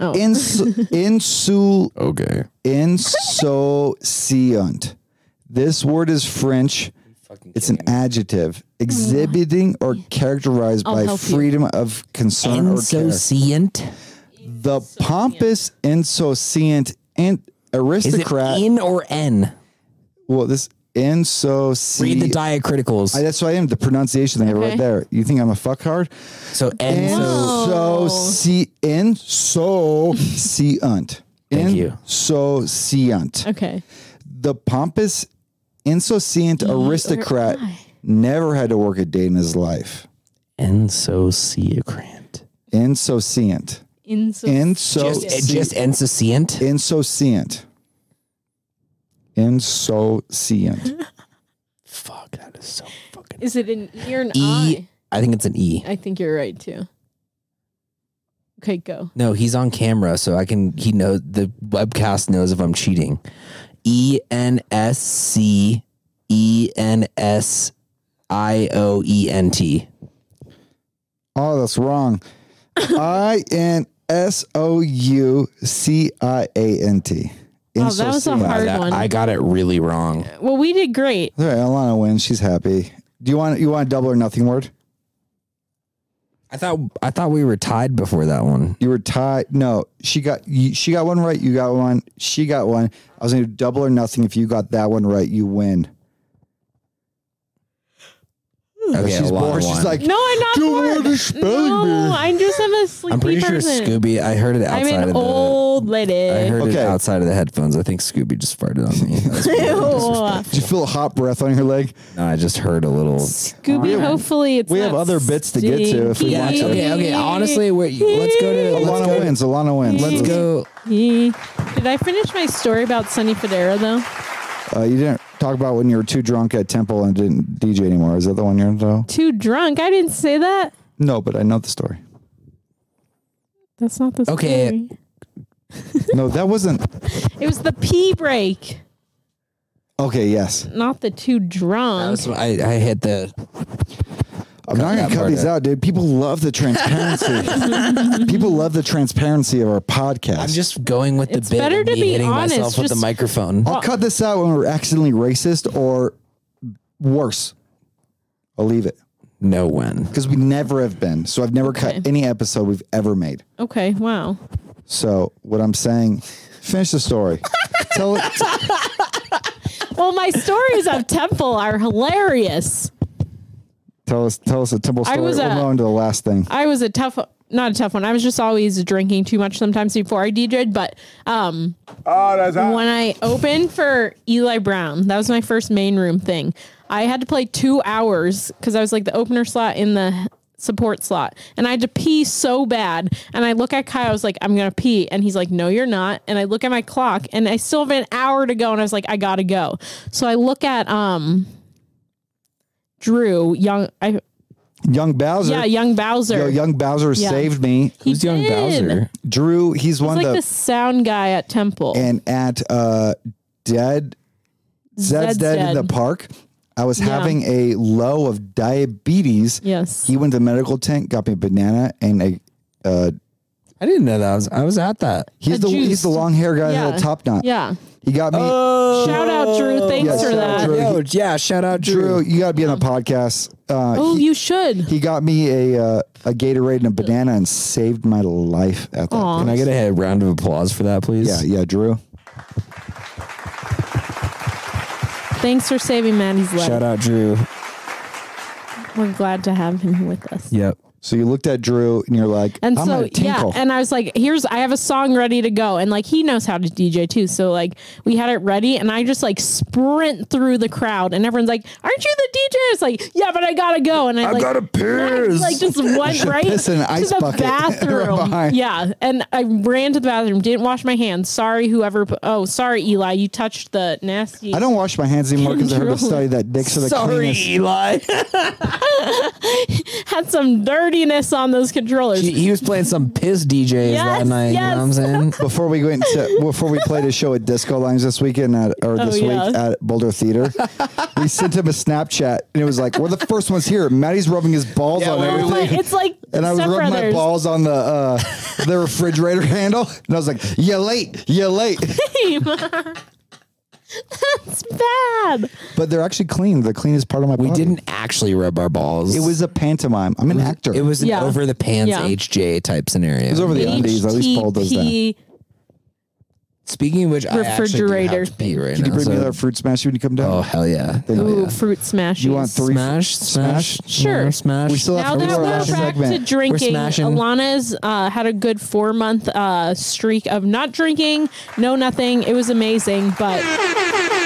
A: Oh.
B: Insu- insu-
E: Okay.
B: insouciant. This word is French. It's an adjective exhibiting or characterized
A: Oh I'll
B: by
A: help you.
B: freedom of concern or care.
C: Insouciant.
B: The pompous, insouciant, and
C: Is it
B: aristocrat.
C: in or n?
B: well, this
C: Read the
B: insouciant. I-
C: diacriticals.
B: that's what I am. The pronunciation they have right
A: Okay.
B: there. You think I'm a fuckhard?
C: So n. So
A: Whoa.
B: Insouciant.
C: Thank you.
B: Insouciant.
A: Okay.
B: The pompous, insouciant aristocrat
A: I?
B: never had to work a day in his life.
C: insouciant.
B: Insouciant.
A: Inso-
C: Just
B: Insouciant.
C: just insouciant.
B: Insouciant. Insouciant.
C: Fuck, that is so fucking
A: is it an E or an
C: e. I think it's an e.
A: I? I think you're right too. Okay, go.
C: No, he's on camera, so I can. He knows the webcast knows if I'm cheating. E N S C E N S I O E N T.
B: Oh, that's wrong. I N S O U C I A N T.
A: Wow, Oh, that was a
B: Insouciant.
A: hard one.
C: I got it really wrong.
A: well, we did great.
B: All right, Alana wins. She's happy. Do you want you want a double or nothing word?
C: I thought I thought we were tied before that one.
B: You were tied. No, she got you, she got one right. You got one. She got one. I was gonna do double or nothing. If you got that one right, you win.
C: Okay,
B: Hmm. she's
C: Alana
B: bored.
C: won.
B: She's like,
A: No, I'm not.
B: Do you
A: bored.
B: want a spelling
A: no,
B: bee?
A: I just am a sleepy
C: I'm pretty sure
A: person.
C: Scooby. I heard it
A: I'm
C: outside of
A: an
C: the.
A: old lady.
C: I heard it
B: Okay.
C: outside of the headphones. I think Scooby just farted on me. That was really disrespectful.
B: did you feel a hot breath on your leg?
C: no, I just heard a little.
A: Scooby, hopefully it's
B: we have
A: not
B: other bits to get to if we
A: stinky.
B: want to.
C: Okay, okay. Honestly, wait, let's go to. Oh, Let's
B: Alana
C: go,
B: wins. Alana wins.
C: Let's go.
A: Did I finish my story about Sunny Federa though?
B: Uh, you didn't talk about when you were too drunk at Temple and didn't DJ anymore. Is that the one you're into?
A: Too drunk. I didn't say that.
B: No, but I know the story.
A: That's not the
C: Okay.
A: story.
B: No, that wasn't.
A: It was the pee break,
B: Okay, yes.
A: not the too
C: That
A: drunk.
C: was- I, I hit the.
B: I'm not going
C: that
B: to cut
C: part
B: these
C: out.
B: out, dude. People love the transparency. People love the transparency of our podcast.
C: I'm just going with the
A: It's
C: bit
A: better
C: of
A: to
C: me
A: be
C: hitting
A: honest,
C: myself with the
A: just-
C: microphone.
B: I'll cut this out when we're accidentally racist or worse. I'll leave it
C: No one.
B: because we never have been. So I've never cut any episode we've ever made.
A: Okay, wow.
B: So what I'm saying, finish the story. Tell it.
A: Well, my stories of Temple are hilarious.
B: Tell us, tell us a temple
A: I
B: story.
A: was uh,
B: We'll
A: at-
B: go into the last thing.
A: I was a tough, not a tough one. I was just always drinking too much sometimes before I DJ'd, but um,
D: Oh, that's hot.
A: when I opened for Eli Brown, that was my first main room thing. I had to play two hours because I was like the opener slot in the support slot, and I had to pee so bad. And I look at Kyle, I was like, "I'm gonna pee," and he's like, "No, you're not." And I look at my clock, and I still have an hour to go, and I was like, "I gotta go." So I look at um, Drew Young. I
B: Young Bowser.
A: yeah, Young Bowser.
B: Yo, Young Bowser
A: Yeah.
B: saved me.
A: He
C: Who's young
A: did.
C: Bowser?
B: Drew, he's one
A: He's like
B: of
A: the,
B: the,
A: sound guy at Temple.
B: and at uh dead Zed's
A: Zed's
B: dead, in the
A: dead.
B: park. I was having a low of diabetes.
A: yes.
B: He went to the medical tent, got me a banana and a uh
C: I didn't know that. I was, I was at that.
B: he's
A: A
B: the he's
A: juice.
B: the long hair guy that had
A: Yeah.
B: a top knot.
A: yeah.
B: He got me
C: Oh,
A: Shout out Drew. Thanks
B: Oh, Yeah,
A: for
B: shout out
A: that.
B: Drew.
C: Yo, yeah, shout out
B: Drew,
C: Drew.
B: you gotta be on the podcast. Uh
A: Oh, you should.
B: he got me a uh, a Gatorade and a banana and saved my life at that.
A: Aw.
B: point.
C: Can I get a round of applause for that, please?
B: Yeah, yeah, Drew.
A: Thanks for saving Maddie's life.
C: Shout out Drew.
A: We're glad to have him with us.
C: Yep.
B: So you looked at Drew and you're like,
A: And
B: I'm
A: so
B: gonna tinkle.
A: yeah, and I was like, here's I have a song ready to go. And like he knows how to DJ too. So like we had it ready and I just like sprint through the crowd and everyone's like, Aren't you the DJ? It's like, yeah, but I gotta go. And I, like
E: gotta piss.
A: like just went right
B: piss in an ice
A: to the
B: bucket right
A: bathroom.
B: behind.
A: yeah, and I ran to the bathroom, didn't wash my hands. Sorry, whoever. pu- Oh, sorry, Eli, you touched the nasty.
B: I don't wash my hands anymore because I heard a
A: Control.
B: study that dicks are the
C: Sorry,
B: cleanest.
C: Eli.
A: had some dirtiness on those controllers.
C: he, he was playing some piss DJs
A: Yes,
C: that night. You know what I'm
A: yes.
C: saying?
B: Before we went to, before we played a show at Disco Lines this weekend at, or this
A: Oh, yeah.
B: week at Boulder Theater, we sent him a Snapchat and it was like, "We're the first ones here." Maddie's rubbing his balls on
A: Well,
B: everything,
A: but it's like
B: and I was rubbing my
A: stepbrothers.
B: balls on the uh, the refrigerator handle, and I was like, "You late, you late."
A: That's bad.
B: But they're actually clean. The cleanest part of my
C: We
B: body.
C: didn't actually rub our balls.
B: It was a pantomime. I'm an actor.
C: it was an
A: Yeah.
C: over the pants
A: Yeah.
C: HJ type scenario.
B: was over the undies. At least Paul does that.
A: HTP.
C: Speaking of which, I actually do
A: Refrigerator.
C: have to pee right
B: Can you
C: now.
B: bring
C: so-
B: me that fruit smash when you come down?
C: oh hell yeah!
A: Ooh, fruit smashes.
B: you want three?
C: Smash, smash,
A: Sure.
C: smash.
B: We still
A: Now
B: have
A: that
B: three
A: we're
B: more
A: back
B: last
A: to
B: segment.
A: drinking,
C: smashing.
A: Alana's uh, had a good four month uh, streak of not drinking, no nothing. It was amazing, but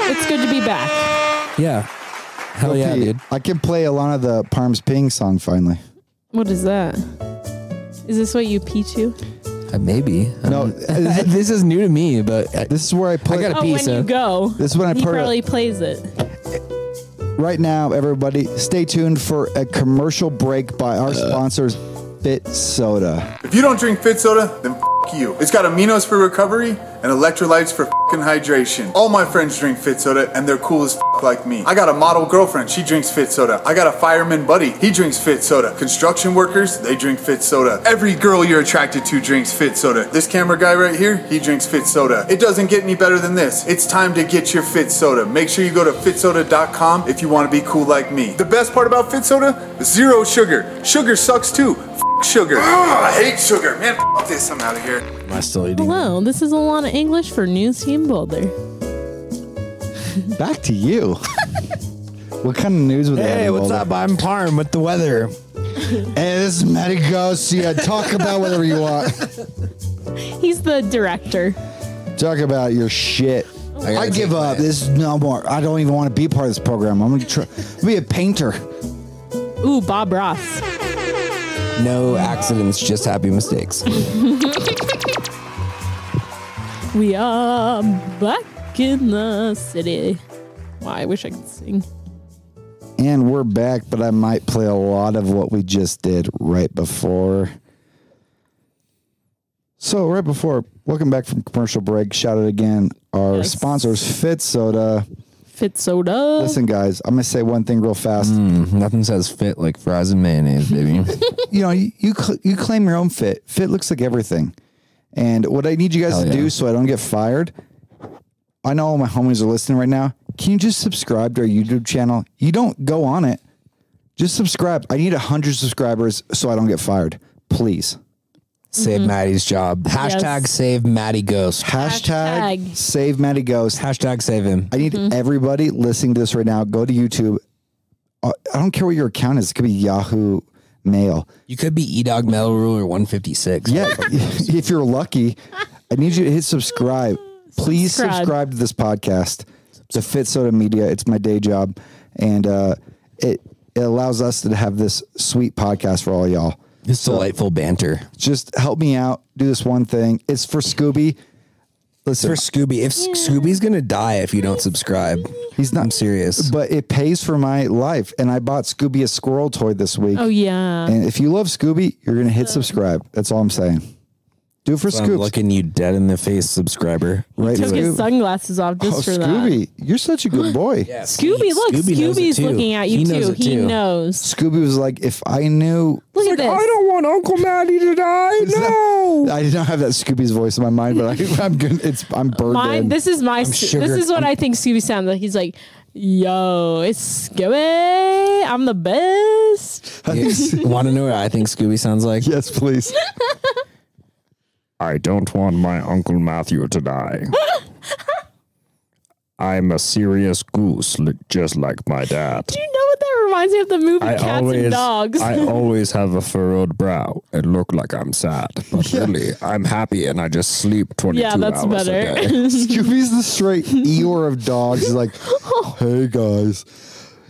A: it's good to be back.
C: yeah, hell yeah,
B: Pete,
C: dude.
B: I can play Alana the Parms Ping song finally.
A: What is that? Is this what you pee to?
C: Uh, maybe.
B: No,
C: Um,
B: this is-
C: this is new to me, but uh,
B: this is where I play.
C: gotta
A: Oh,
C: Pee,
A: when
C: so-
A: you go.
B: This is when I
A: he
B: put it-
A: probably plays it.
B: right now, everybody, stay tuned for a commercial break by our sponsors, Fit Soda.
F: If you don't drink Fit Soda, then f you. It's got aminos for recovery and electrolytes for fing hydration. All my friends drink Fit Soda and they're cool as f like me. I got a model girlfriend, she drinks Fit Soda. I got a fireman buddy, he drinks Fit Soda. Construction workers, they drink Fit Soda. Every girl you're attracted to drinks Fit Soda. This camera guy right here, he drinks Fit Soda. It doesn't get any better than this. It's time to get your Fit Soda. Make sure you go to fitsoda.com if you want to be cool like me. The best part about Fit Soda, zero sugar. Sugar sucks too. F- sugar. Ah, I hate sugar. Man, f- this. I'm out of here.
C: am I still eating?
A: Hello, this is Alana English for News Team Boulder.
B: Back to you. what kind of news would they have
C: Hey,
B: in
C: what's
B: Boulder?
C: up? I'm Parm with the weather.
B: Hey, this is Matty Garcia. Talk about whatever you want.
A: He's the director.
B: Talk about your shit. I,
C: gotta
B: give
C: take
B: up.
C: my-
B: This is no more. I don't even want to be a part of this program. I'm gonna try, be a painter.
A: Ooh, Bob Ross.
C: No accidents, just happy mistakes.
A: We are back in the city. Wow, I wish I could sing.
B: And we're back, but I might play a lot of what we just did right before. So, right before, welcome back from commercial break. Shout out again our
A: Yes.
B: sponsors, Fit Soda.
A: Fit soda.
B: Listen, guys, I'm gonna say one thing real fast.
C: Nothing says fit like fries and mayonnaise, baby.
B: You know, you you, cl- you claim your own fit. Fit looks like everything. And what I need you guys
C: Hell
B: to
C: yeah.
B: do so I don't get fired, I know all my homies are listening right now. Can you just subscribe to our YouTube channel? You don't go on it. Just subscribe. I need hundred subscribers so I don't get fired. Please.
C: save Maddie's job. Hashtag
A: Mm-hmm. Yes.
C: save Maddie Ghost.
B: Hashtag,
A: Hashtag.
B: save Matty Ghost.
C: Hashtag save him.
B: I need everybody listening to this right now. Go to YouTube. Uh, I don't care what your account is. It could be Yahoo Mail.
C: You could be E Dog Mail Ruler 156.
B: Yeah, if you're lucky, I need you to hit subscribe. Please subscribe,
A: Subscribe.
B: to this podcast, the Fit Soda Media. It's my day job, and uh, it it allows us to have this sweet podcast for all y'all.
C: It's delightful banter.
B: Just help me out. Do this one thing. It's for Scooby. Listen,
C: For Scooby, if Scooby's gonna die if you don't subscribe,
B: he's not
C: I'm serious.
B: but it pays for my life. And I bought Scooby a squirrel toy this week.
A: oh yeah. Uh,
B: And if you love Scooby, you're gonna hit subscribe. That's all I'm saying. Do it for
C: I'm
B: Scoops.
C: looking you dead in the face, subscriber.
B: right,
A: Took
B: Scoob?
A: his sunglasses off
B: Oh,
A: just for that.
B: Scooby, you're such a good boy.
A: Scooby, look,
C: knows it
A: Scooby's
C: too.
A: looking at you
C: He knows
A: too.
C: it
A: He
C: too.
A: knows.
B: Scooby was like, if I knew,
A: Look at this.
E: want Uncle Maddie to die.
B: I did not have that Scooby's voice in my mind, but I, I'm good. It's I'm burned
A: My,
B: in.
A: this is my. Sco- this
C: sugar-
A: is what i think Scooby sounds like. He's like, "Yo, it's Scooby. I'm the best."
C: Want to know what I think Scooby sounds like?
B: yes, please.
E: I don't want my Uncle Matthew to die. I'm a serious goose, li- just like my dad.
A: Do you know what that reminds me of? The movie
E: I
A: Cats
E: always,
A: and Dogs.
E: I always have a furrowed brow and look like I'm sad, but really, I'm happy and I just sleep 22
A: yeah, that's
E: hours a day.
A: better.
B: Scooby's the straight Eeyore of dogs. He's like, hey guys,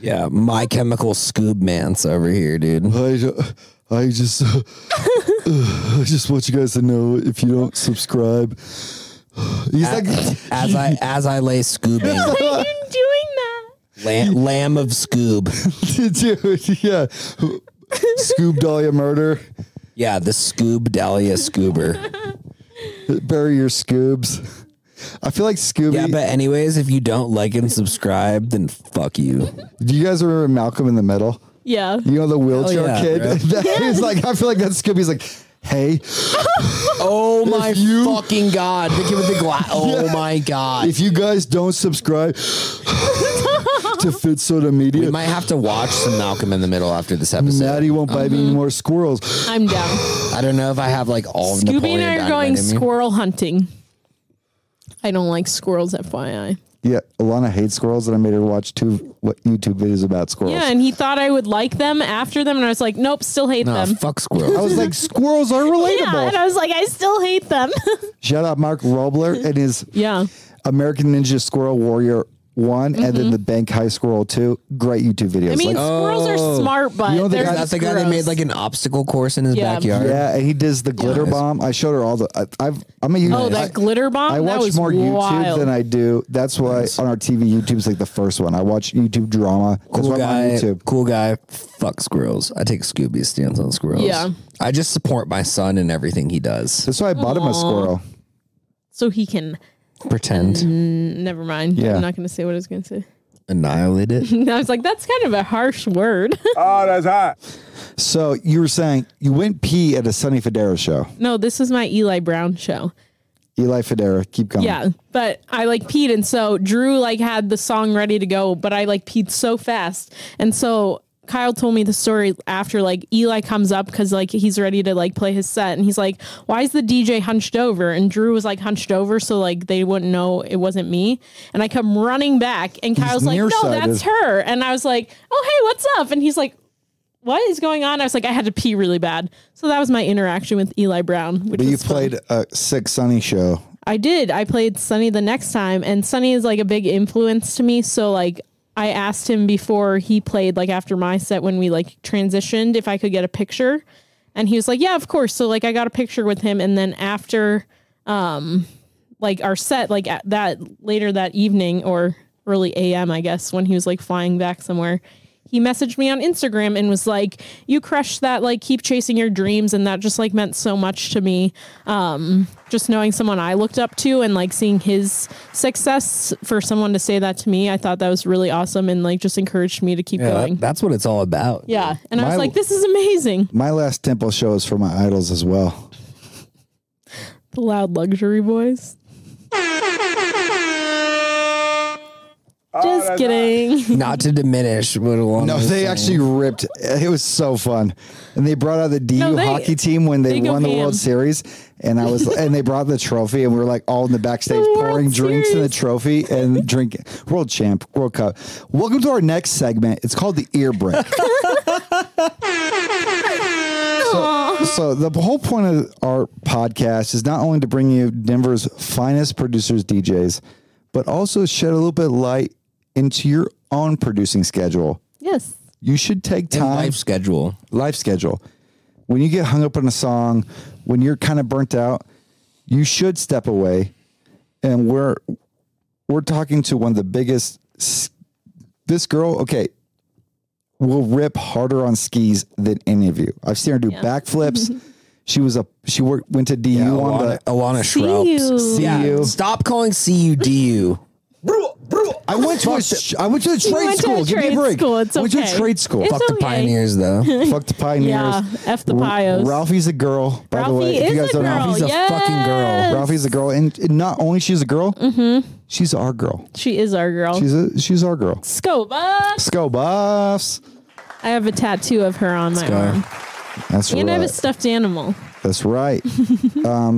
C: Yeah, my chemical Scoob Mance over here, dude.
B: I, ju- I just, uh, I just want you guys to know if you don't subscribe, he's like,
C: As I as I lay Scoobing,
A: Why are you doing that?
C: lamb, lamb of Scoob.
B: dude, yeah, Scoob Dahlia murder,
C: Yeah, the Scoob Dahlia Scoober.
B: bury your Scoobs. I feel like Scooby.
C: Yeah, but anyways, if you don't like and subscribe, then fuck you.
B: Do you guys remember Malcolm in the Middle?
A: Oh, Yeah.
B: You know the wheelchair
C: yeah,
B: kid.
C: bro.
B: That is like I feel like that Scooby's like, hey,
C: Oh my
B: you-
C: fucking god! The kid with the glass. Oh my god!
B: if you guys don't subscribe to Fit Soda
C: We
B: Media,
C: might have to watch some Malcolm in the Middle after this episode.
B: Maddie won't buy me any more squirrels.
A: I'm down.
C: I don't know if I have like all of
A: Scooby
C: Napoleon
A: and I are
C: Dynamite
A: going
C: in me.
A: squirrel hunting. I don't like squirrels, FYI.
B: Yeah, Alana hates squirrels, and I made her watch two what YouTube videos about squirrels.
A: Yeah, and he thought I would like them after them, and I was like, nope, still hate
C: Nah,
A: them.
C: fuck
B: I
C: squirrels.
B: was like, squirrels are
A: yeah,
B: relatable.
A: and I was like, I still hate them.
B: Shout out Mark Robler and his
A: yeah.
B: American Ninja Squirrel Warrior one, and then the Bank High Squirrel two. Great YouTube videos.
A: Mm-hmm. I
B: like,
A: mean, squirrels are smart, but
B: know the
A: they're
B: guy-
C: That's oh, the guy that
A: gross.
C: made like an obstacle course in his
A: Yeah.
C: backyard.
B: yeah, and he does the glitter bomb. I showed her all the. I, I've I'm a YouTube.
A: Oh,
B: I-
A: that glitter bomb.
B: I
A: that
B: watch
A: was
B: more YouTube
A: wild.
B: than I do. That's why on our TV, YouTube's like the first one. I watch YouTube drama. That's
C: Cool
B: why I'm
C: guy.
B: on YouTube.
C: Cool guy. Fuck squirrels. I take Scooby's stance on squirrels.
A: Yeah.
C: I just support my son in everything he does.
B: That's why I bought him a squirrel.
A: so he can. Mm-hmm.
C: Pretend.
A: Never mind.
B: Yeah.
A: I'm not going to say what I was going to say.
C: Annihilate it.
A: I was like, that's kind of a harsh word.
D: Oh, that's hot.
B: So you were saying you went pee at a Sonny Federa show.
A: no, this is my Eli Brown show.
B: Eli Federa, keep going.
A: Yeah, but I like peed, and so Drew like had the song ready to go, but I like peed so fast, and so Kyle told me the story after like Eli comes up because like he's ready to like play his set, and he's like, "Why is the DJ hunched over?" And Drew was like hunched over, so like they wouldn't know it wasn't me, and I come running back, and Kyle's like, "No,
B: nearsighted.
A: that's her," and I was like, "Oh hey, what's up?" And he's like. What is going on? I was like, I had to pee really bad. So that was my interaction with Eli Brown. Which
B: But you
A: was fun.
B: played a sick Sonny show.
A: I did. I played Sunny the next time, and Sunny is like a big influence to me. So like, I asked him before he played, like after my set when we like transitioned, if I could get a picture, and he was like, "Yeah, of course." So like, I got a picture with him, and then after, um, like our set, like at that later that evening or early AM, I guess, when he was like flying back somewhere, he messaged me on Instagram and was like, "You crushed that. Like, keep chasing your dreams." And that just like meant so much to me. Um, just knowing someone I looked up to and like seeing his success for someone to say that to me, I thought that was really awesome and like just encouraged me to keep
C: Yeah,
A: going.
C: that- that's what it's all about.
A: yeah, and I
B: My-
A: was like, "This is amazing."
B: My last temple show is for my idols as well.
A: The loud luxury boys. Just kidding.
C: Not to diminish what Alana
B: No,
C: was
B: they
C: saying.
B: actually ripped. It was so fun, and they brought out the DU
A: they-
B: hockey team when they,
A: they go
B: won the
A: ham.
B: World Series, and I was, and they brought the trophy, and we were like all in the backstage
A: The World
B: pouring drinks in the
A: Series.
B: trophy and drinking World Champ World Cup. Welcome to our next segment. It's called the ear break. so, so the whole point of our podcast is not only to bring you Denver's finest producers, DJs, but also shed a little bit of light into your own producing schedule
A: Yes.
B: you should take
C: And
B: time
C: life
B: life,
C: schedule.
B: schedule when you get hung up on a song when you're kind of burnt out you should step away and we're we're talking to one of the biggest s- this girl okay will rip harder on skis than any of you i've seen her do backflips she was a she worked went to du on
C: Alana,
B: the
C: Alana
A: See
C: Schraub.
A: you.
B: CU.
C: Stop calling CU DU.
B: I went to a sh- I went to a trade
A: went to
B: school.
A: a
B: Give me
A: trade
B: a break.
A: school. It's
B: I went to
A: okay.
B: a trade school.
A: It's
B: Fuck,
C: Fuck the
A: okay.
C: pioneers, though.
B: fuck the pioneers.
A: Yeah, F the
B: R-
A: pios.
B: Ralphie's a girl. By the way,
A: Ralphie
B: if you guys
A: is
B: don't
A: a girl.
B: know,
C: Ralphie's a
A: yes. Mm-hmm.
C: fucking girl.
B: Ralphie's a girl, and and not only she's a girl, she's our girl.
A: She is our girl.
B: She's a she's our girl.
A: Scope up.
B: Let's go, Buffs.
A: I have a tattoo of her on my arm.
B: That's
A: And I have a
B: right.
A: stuffed animal.
B: That's right. um,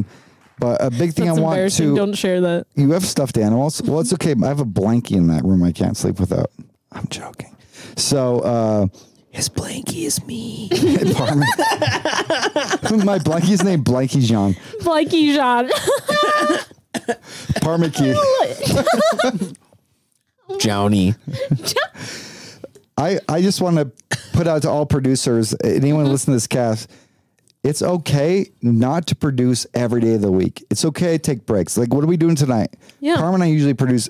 B: but a big thing
A: That's
B: I want
A: embarrassing.
B: to
A: Don't Mm-hmm. share that.
B: you have stuffed animals. Well, it's okay. I have a blankie in that room. I can't sleep without. I'm joking. So uh,
C: His blankie is me.
B: pardon me. my blankie's named Blankie Jean.
A: Blakey John.
B: Parmakey.
C: Johnny.
B: I, I just want to put out to all producers, anyone listening to this cast, it's okay not to produce every day of the week. It's okay to take breaks. Like, what are we doing tonight?
A: Yeah.
B: Carmen and I usually produce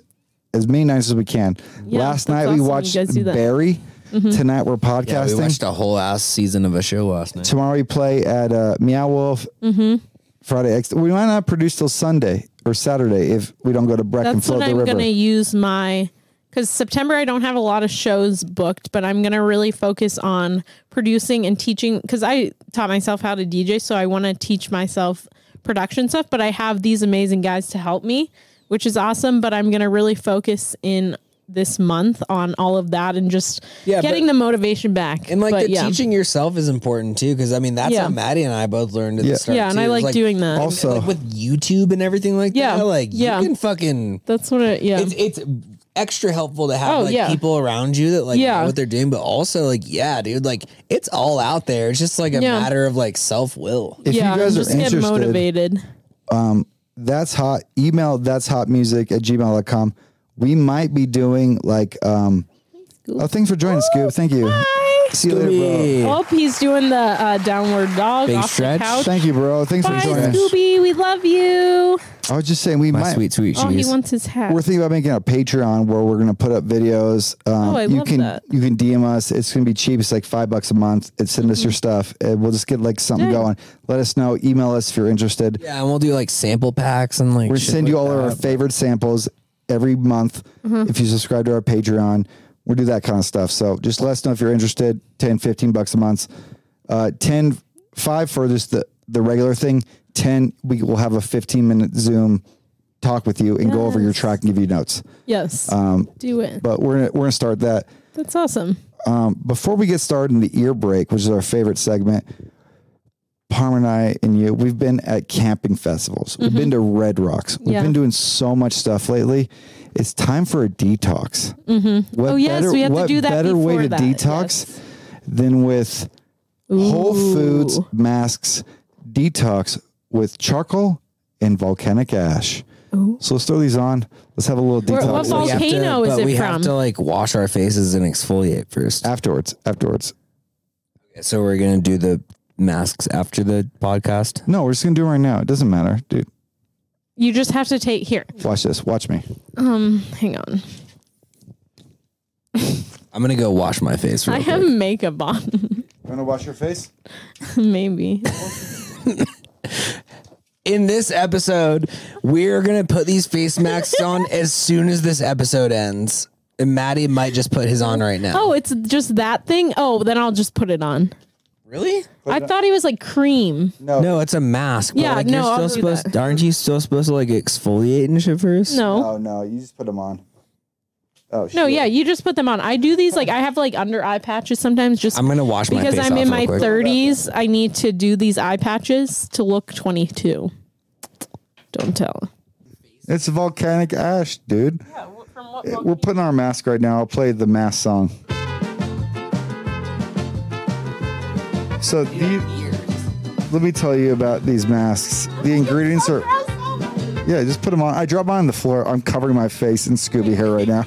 B: as many nights as we can. Last
A: that's
B: night we
A: awesome. You
B: watched
A: guys do that. Mm-hmm.
B: Barry. Tonight we're
C: Yeah, we
B: podcasting.
C: watched a whole ass season of a show last night.
B: Tomorrow we play at uh, Meow Wolf.
A: Mm-hmm.
B: Friday, X. we might not produce till Sunday or Saturday if we don't go to Breck and
A: That's
B: float
A: what
B: the
A: I'm
B: river.
A: going to use my. Because September, I don't have a lot of shows booked, but I'm going to really focus on producing and teaching. Because I taught myself how to DJ, so I want to teach myself production stuff, but I have these amazing guys to help me, which is awesome. But I'm going to really focus in this month on all of that and just
C: Yeah,
A: getting
C: but-
A: the motivation back.
C: And like
A: But
C: the
A: yeah.
C: teaching yourself is important too, because I mean that's
A: Yeah.
C: what Maddie and I both learned at
B: Yeah.
C: the start.
A: Yeah, and
C: too,
A: I
C: is,
A: like doing that.
C: and,
B: Also-
C: like with YouTube and everything like
A: Yeah,
C: that. Like
A: yeah.
C: you can fucking
A: That's what it, yeah.
C: it's it's extra helpful to have
A: Um, Oh,
C: like
A: yeah.
C: people around you that like
A: Yeah.
C: know what they're doing, but also like yeah, dude, like it's all out there. It's just like a
A: Yeah.
C: matter of like self will.
B: if
A: yeah,
B: you guys
A: just
B: are
A: get
B: interested,
A: motivated.
B: that's hot email that's hot music at gmail.com we might be doing like um oh thanks for joining Scoob. thank you see you later
A: Oh, he's doing the uh, downward dog
C: Big
A: off
C: stretch.
A: the
B: bro
A: couch.
B: thank you bro thanks
A: Bye,
B: for joining us
A: Scooby. We love you.
B: i was just saying we
C: My
B: might
C: sweet, sweet
A: Oh, he
C: cheese.
A: wants his hat.
B: we're thinking about making a patreon where we're going to put up videos um
A: Oh, I
B: you
A: love
B: can
A: that.
B: you can dm us it's going to be cheap it's like five bucks a month and send
A: Mm-hmm.
B: us your stuff and we'll just get like something
A: Dang.
B: going let us know email us if you're interested
C: yeah, and we'll do like sample packs and like
B: We
C: shit
B: send you
C: like
B: all
C: that.
B: our favorite samples every month if you subscribe to our Patreon. We'll do that kind of stuff. So just let us know if you're interested. 10, 15 bucks a month. Uh, 10, 5 for just the, the regular thing. 10, we will have a 15 minute Zoom talk with you and go over your
A: Yes.
B: track and give you notes.
A: yes.
C: Um,
A: Do it.
B: But we're gonna, we're going to start that.
A: That's awesome.
B: Before we get started in the ear break, which is our favorite segment, Parm and I and you, we've been at camping festivals. We've been to Red Rocks. We've
A: Mm-hmm. Yeah.
B: been doing so much stuff lately. It's time for a detox. What
A: Oh, yes, we have to do that
B: Better way
A: before
B: to
A: that,
B: detox
A: yes.
B: than with Whole Foods
A: Ooh.
B: masks detox with charcoal and volcanic ash. So let's throw these on. Let's have a little
A: Where- what
B: detox
A: vol-
C: We have to-
A: volcano is
C: but
A: it
C: we have
A: from?
C: to like wash our faces and exfoliate first.
B: afterwards. Afterwards.
C: So we're gonna do the masks after the podcast.
B: No, we're just gonna do it right now. It doesn't matter, dude.
A: You just have to take here.
B: Watch this. Watch me.
A: Hang on.
C: I'm gonna go wash my face. Real
A: I
C: quick.
A: have makeup on.
B: Want to wash your face?
A: Maybe.
C: in this episode, we're gonna put these face masks on as soon as this episode ends. And Maddie might just put his on right now.
A: Oh, it's just that thing? Oh, then I'll just put it on.
C: really?
A: I thought he was like cream.
B: No.
C: No, it's a mask. but,
A: Yeah,
C: like,
A: no,
C: you're
A: I'll
C: still
A: do
C: supposed. Aren't you still supposed to like exfoliate and shit first?
A: No.
B: Oh no, you just put them on. Oh shit.
A: No, yeah, you just put them on. I do these like I have like under eye patches sometimes just
C: I'm gonna wash my face
A: because I'm
C: off
A: in
C: real
A: my
C: quick.
A: 30s, I need to do these eye patches to look 22. Don't tell.
B: It's volcanic ash, dude. We're putting our mask right now. I'll play the mask song. So the, let me tell you about these masks. The ingredients are yeah, just put them on. I drop mine on the floor. I'm covering my face in Scooby hair right now.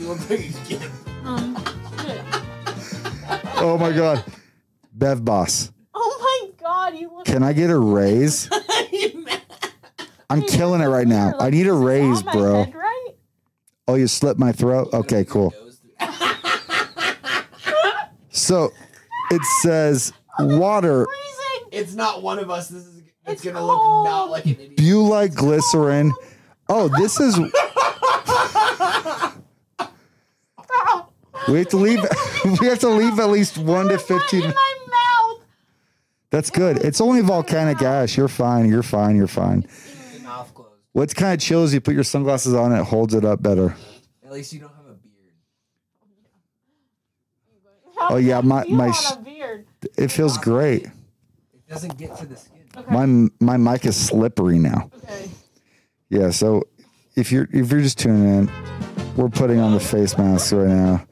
B: Oh my god, Bev Boss.
A: Oh my god, you look
B: Can I get a raise? I'm killing it right now. I need a raise, bro.
A: right?
B: Oh, you slit my throat? Okay, cool. So it says water,
G: It's not one of us. This is it's, gonna
A: cold.
G: look not like an idiot.
B: glycerin. Oh, this is. We have to leave. We have to leave at least one to fifteen.
A: my mouth.
B: That's good. It's only volcanic ash. You're fine. You're fine. You're fine.
G: Mouth closed.
B: What's kind of chill is you put your sunglasses on. It holds it up better.
G: At least you don't have a beard.
B: Oh yeah, my my. sh- It feels great.
G: It doesn't get to the skin.
B: My my mic is slippery now. Yeah, so if you're if you're just tuning in, we're putting on the face masks right now.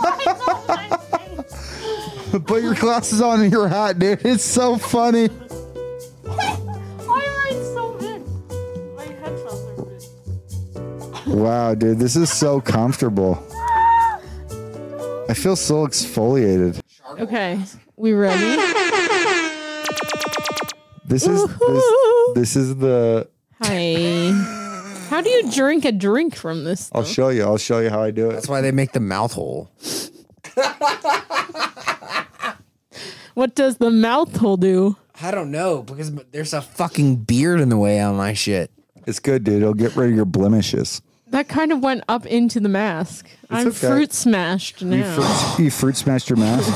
B: Put your glasses on and your hat, dude. It's so funny. Wow, dude, this is so comfortable. I feel so exfoliated.
A: Okay, we ready?
B: This is this, this is the
A: Hi. How do you drink a drink from this?
B: I'll show you. I'll show you how I do it.
C: That's why they make the mouth hole.
A: What does the mouth hole do?
C: I don't know because there's a fucking beard in the way on my shit.
B: It's good, dude. It'll get rid of your blemishes.
A: That kind of went up into the mask. I'm
B: okay.
A: fruit smashed
B: You
A: now.
B: fruit, you fruit smashed your mask.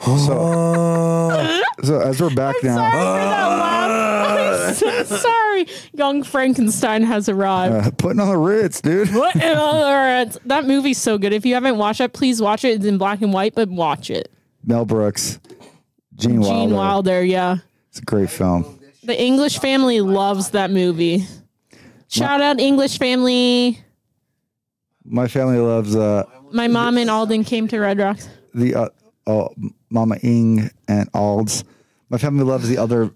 B: so, so as we're back now,
A: Sorry for that laugh. I'm so sorry. Young Frankenstein has arrived.
B: uh, putting on the Ritz, dude.
A: What in other words? That movie's so good. If you haven't watched it, please watch it. It's in black and white, but watch it.
B: Mel Brooks, Gene Wilder.
A: Gene Wilder, yeah.
B: It's a great film.
A: The English family loves that movie. Shout out English family.
B: My family loves uh,
A: My mom and Alden came to Red Rocks.
B: the uh, oh, Mama Ing and Alds. My family loves the other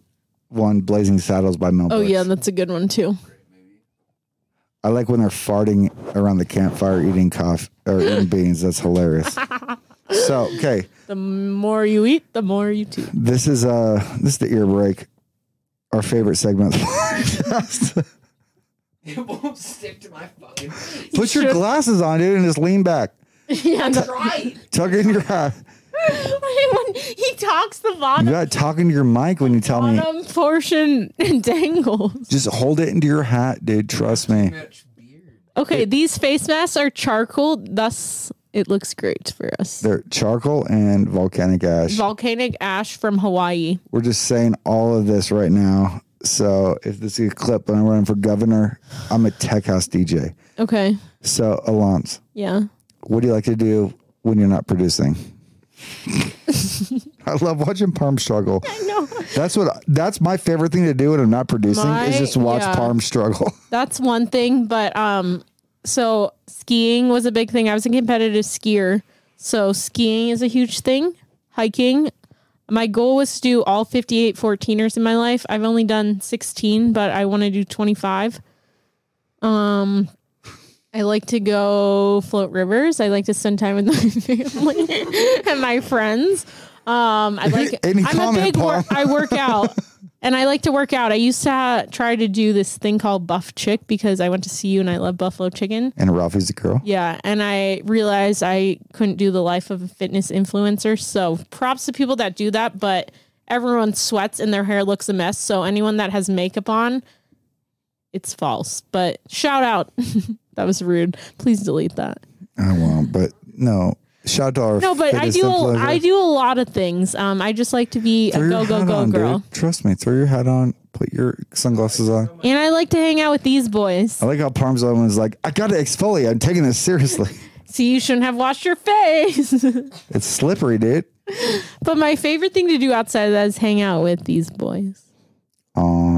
B: one, Blazing Saddles by Mel
A: Oh
B: Brooks.
A: yeah, that's a good one too.
B: I like when they're farting around the campfire eating coffee or eating beans. That's hilarious. So okay,
A: The more you eat, the more you eat.
B: this is uh this is the ear break, our favorite segment. of the podcast.
G: It won't stick to my fucking face.
B: Put your glasses on, dude, and just lean back.
A: Yeah, the-
G: Right.
B: Tuck in your hat.
A: when he talks the
B: You
A: bottom,
B: gotta talk into your mic when you tell me.
A: bottom portion dangles.
B: Just hold it into your hat, dude. Trust me.
G: Much beard.
A: Okay, these face masks are charcoal, thus it looks great for us.
B: They're charcoal and volcanic ash.
A: Volcanic ash from Hawaii.
B: We're just saying all of this right now. So if this is a clip and I'm running for governor, I'm a tech house DJ.
A: Okay.
B: So Alonz,
A: Yeah.
B: what do you like to do when you're not producing? I love watching Parm struggle.
A: No.
B: That's what that's my favorite thing to do when I'm not producing is
A: My-
B: just watch
A: yeah.
B: Parm struggle.
A: That's one thing, but um so skiing was a big thing. I was a competitive skier. So skiing is a huge thing. Hiking. My goal was to do all 58 14ers in my life. I've only done 16, but I want to do 25. Um I like to go float rivers. I like to spend time with my family and my friends. Um I like
B: Any
A: I'm a
B: comment,
A: big wor-
B: Paul?
A: I work out. And I like to work out. I used to ha- try to do this thing called buff chick because I went to see you and I love buffalo chicken.
B: And Ralphie's a girl.
A: Yeah, and I realized I couldn't do the life of a fitness influencer. So props to people that do that, but everyone sweats and their hair looks a mess. So anyone that has makeup on, it's false. But shout out. that was rude. Please delete that.
B: I won't, but no. Shout out to our
A: No, but I
B: fitness
A: do a,
B: influencer.
A: I do a lot of things. Um, I just like to be a
B: Throw your
A: go go
B: hat
A: go
B: on,
A: girl,
B: Dude. Trust me, throw your hat on, put your sunglasses on.
A: and I like to hang out with these boys.
B: I like how Parmesan was like, I gotta exfoliate. I'm taking this seriously.
A: See, you shouldn't have washed your face.
B: It's slippery, dude.
A: but my favorite thing to do outside of that is hang out with these boys.
B: Aw.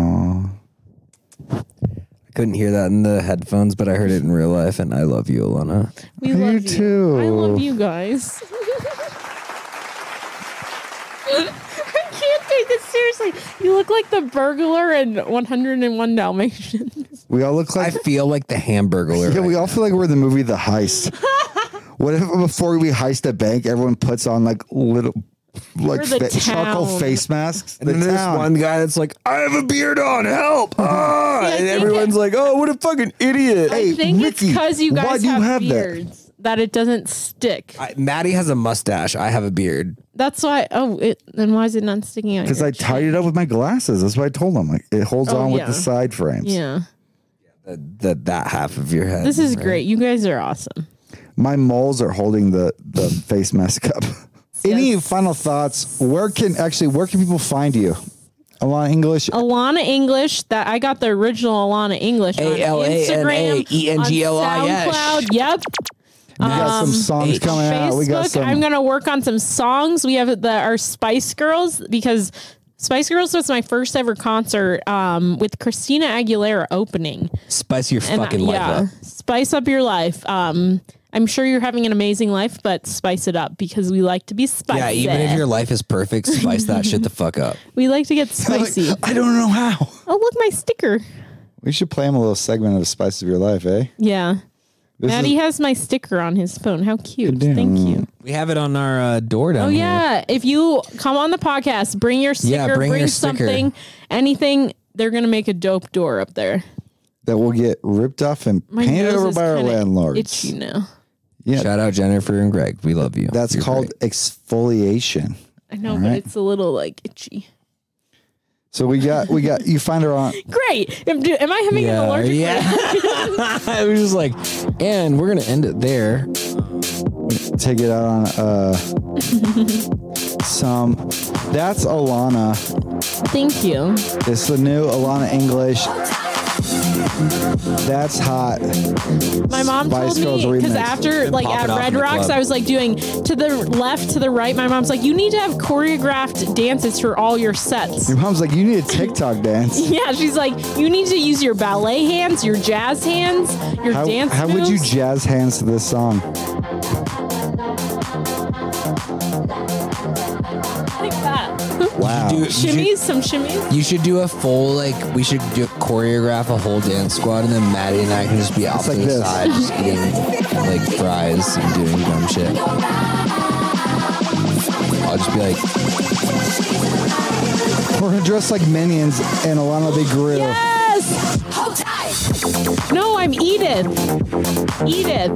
C: I couldn't hear that in the headphones, but I heard it in real life, and I love you, Alana.
A: We
B: You
A: love you.
B: too.
A: I love you guys. I can't take this seriously. You look like the burglar in 101 Dalmatians.
B: We all look
C: I
B: like
C: feel like the Hamburglar.
B: Yeah, we all feel like we're in the movie The Heist. what if before we heist a bank, everyone puts on like little like
A: We're the
B: fa- charcoal
A: town.
B: face masks?
C: and then
B: The
C: there's
B: town.
C: one guy that's like, "I have a beard on, help!" Ah!
A: I
C: and
A: think
C: everyone's
A: it-
C: like, "Oh, what a fucking idiot!"
A: I think it's
B: Mickey,
A: because you
B: why
A: guys
B: do you
A: have,
B: have that?
A: beards that? it doesn't stick.
C: I, Maddie has a mustache. I have a beard.
A: That's why. Oh, it, then why is it not sticking out?
B: because I tied it up with my glasses. That's what I told him. Like it holds
A: Oh,
B: on
A: yeah.
B: with the side frames.
A: Yeah,
C: That that half of your head.
A: this is great. You guys are awesome.
B: My moles are holding the the face mask up. Any final thoughts? Where can actually where can people find you? Alana English.
A: Alana English. That I got the original Alana English. on Instagram,
B: E
C: A-L-A-N-A-E-N-G-L-I-S.
A: on SoundCloud. Yep.
B: we got some songs coming out. We got
A: Um, Facebook,
B: some.
A: I'm gonna work on some songs. We have the our Spice Girls because Spice Girls was my first ever concert um, with Christina Aguilera opening.
C: Spice your
A: And,
C: fucking life up.
A: spice up your life. Um, I'm sure you're having an amazing life, but spice it up because we like to be spicy.
C: Yeah, even if your life is perfect, spice that shit the fuck up.
A: we like to get spicy.
B: I don't know how.
A: oh, look my sticker.
B: We should play him a little segment of Spice of Your Life, eh?
A: Yeah,
B: This
A: Maddie
B: is-
A: has my sticker on his phone. How cute! Thank you.
C: We have it on our uh, door down
A: Oh yeah, if you come on the podcast, bring your sticker,
C: Yeah,
A: bring,
C: bring your sticker.
A: something, anything. They're gonna make a dope door up there.
B: that will get ripped off and
A: My
B: painted
A: nose
B: over
A: is
B: by our
A: kinda
B: landlords.
A: Itchy now.
B: Yeah,
C: Shout out Jennifer and Greg. We love you.
B: that's
C: You're
B: called
C: great.
B: exfoliation.
A: I know, but it's a little like itchy.
B: So we got we got you find her on
A: Great. Am, do- am I having an
C: Yeah,
A: allergic?
C: yeah. I was just like, and we're gonna end it there.
B: take it out on uh some that's Alana.
A: Thank you.
B: It's the new Alana English. That's hot.
A: My mom
B: Spice
A: told
B: Girls
A: me because
B: remix.
A: after like
C: pop it
A: at
C: off in
A: Red
C: the
A: Rocks,
C: club.
A: I was like doing to the left, to the right. My mom's like, you need to have choreographed dances for all your sets.
B: Your mom's like, you need a TikTok dance.
A: Yeah, she's like, you need to use your ballet hands, your jazz hands, your
B: How,
A: dance
B: how would you
A: moves."
B: jazz hands to this song?
A: like that?
B: Wow.
C: Dude, you should-
A: Shimmies, some shimmies.
C: You should do a full like. We should do choreograph a whole dance squad, and then Maddie and I can just be out to
B: like
C: the
B: this.
C: side, just eating like fries and doing dumb shit. I'll just be like,
B: We're gonna dress like minions and Alana will be Gru.
A: Yes. No, I'm Edith. Edith.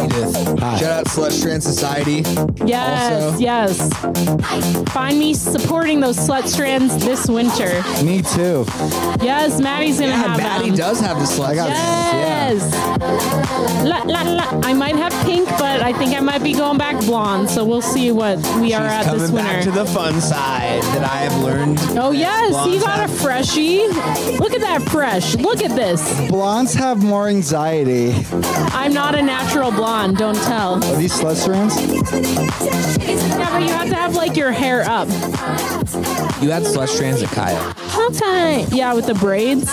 C: Edith, shout out Slush Trans Society.
A: Yes,
C: Also-
A: yes. Find me supporting those slut strands this winter.
B: Me too.
A: Yes, Maddie's gonna
C: Yeah,
A: have
C: Maddie
A: them.
C: does have the Slush.
B: I got
C: Trans,
A: Yes. La, la, la. I might have pink, but I think I might be going back blonde. So we'll see what we are
C: yeah.
A: at this winter.
C: the fun side that I have learned.
A: oh yes,
C: Blondes
A: you got
C: have-
A: a freshie. Look at that fresh. Look at this.
B: Blondes have more anxiety.
A: I'm not a natural blonde. Don't tell.
B: Are these slut strands?
A: Yeah, but you have to have like your hair up.
C: You had Slush Trans at Kaya.
A: Okay. Yeah, with the braids.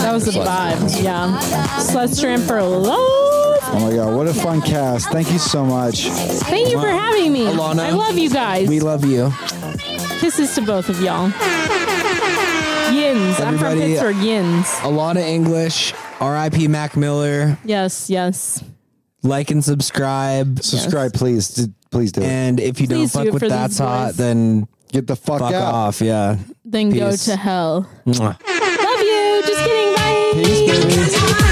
A: That was the vibe. Yeah. Slut strand for love.
B: Oh my god, what a fun cast. Thank you so much.
A: Thank you for having me.
C: Alana.
A: I love you guys.
C: We love you.
A: Kisses to both of y'all. Yins. I'm from
C: Everybody-
A: Pittsburgh. Yins.
C: Alana English, R.I.P. Mac Miller.
A: Yes, yes.
C: Like and subscribe.
B: Subscribe, please. D- Please do it.
C: And if you
A: Please
C: don't
A: do
C: fuck
A: it
C: with
A: for these
C: that's hot,
A: boys.
C: then
B: Get the fuck,
C: fuck
B: out.
C: off. Yeah.
A: Then go
C: Peace.
A: to hell.
C: Mwah.
A: Love you. Just kidding. Bye.
B: Peace, baby.
H: Time.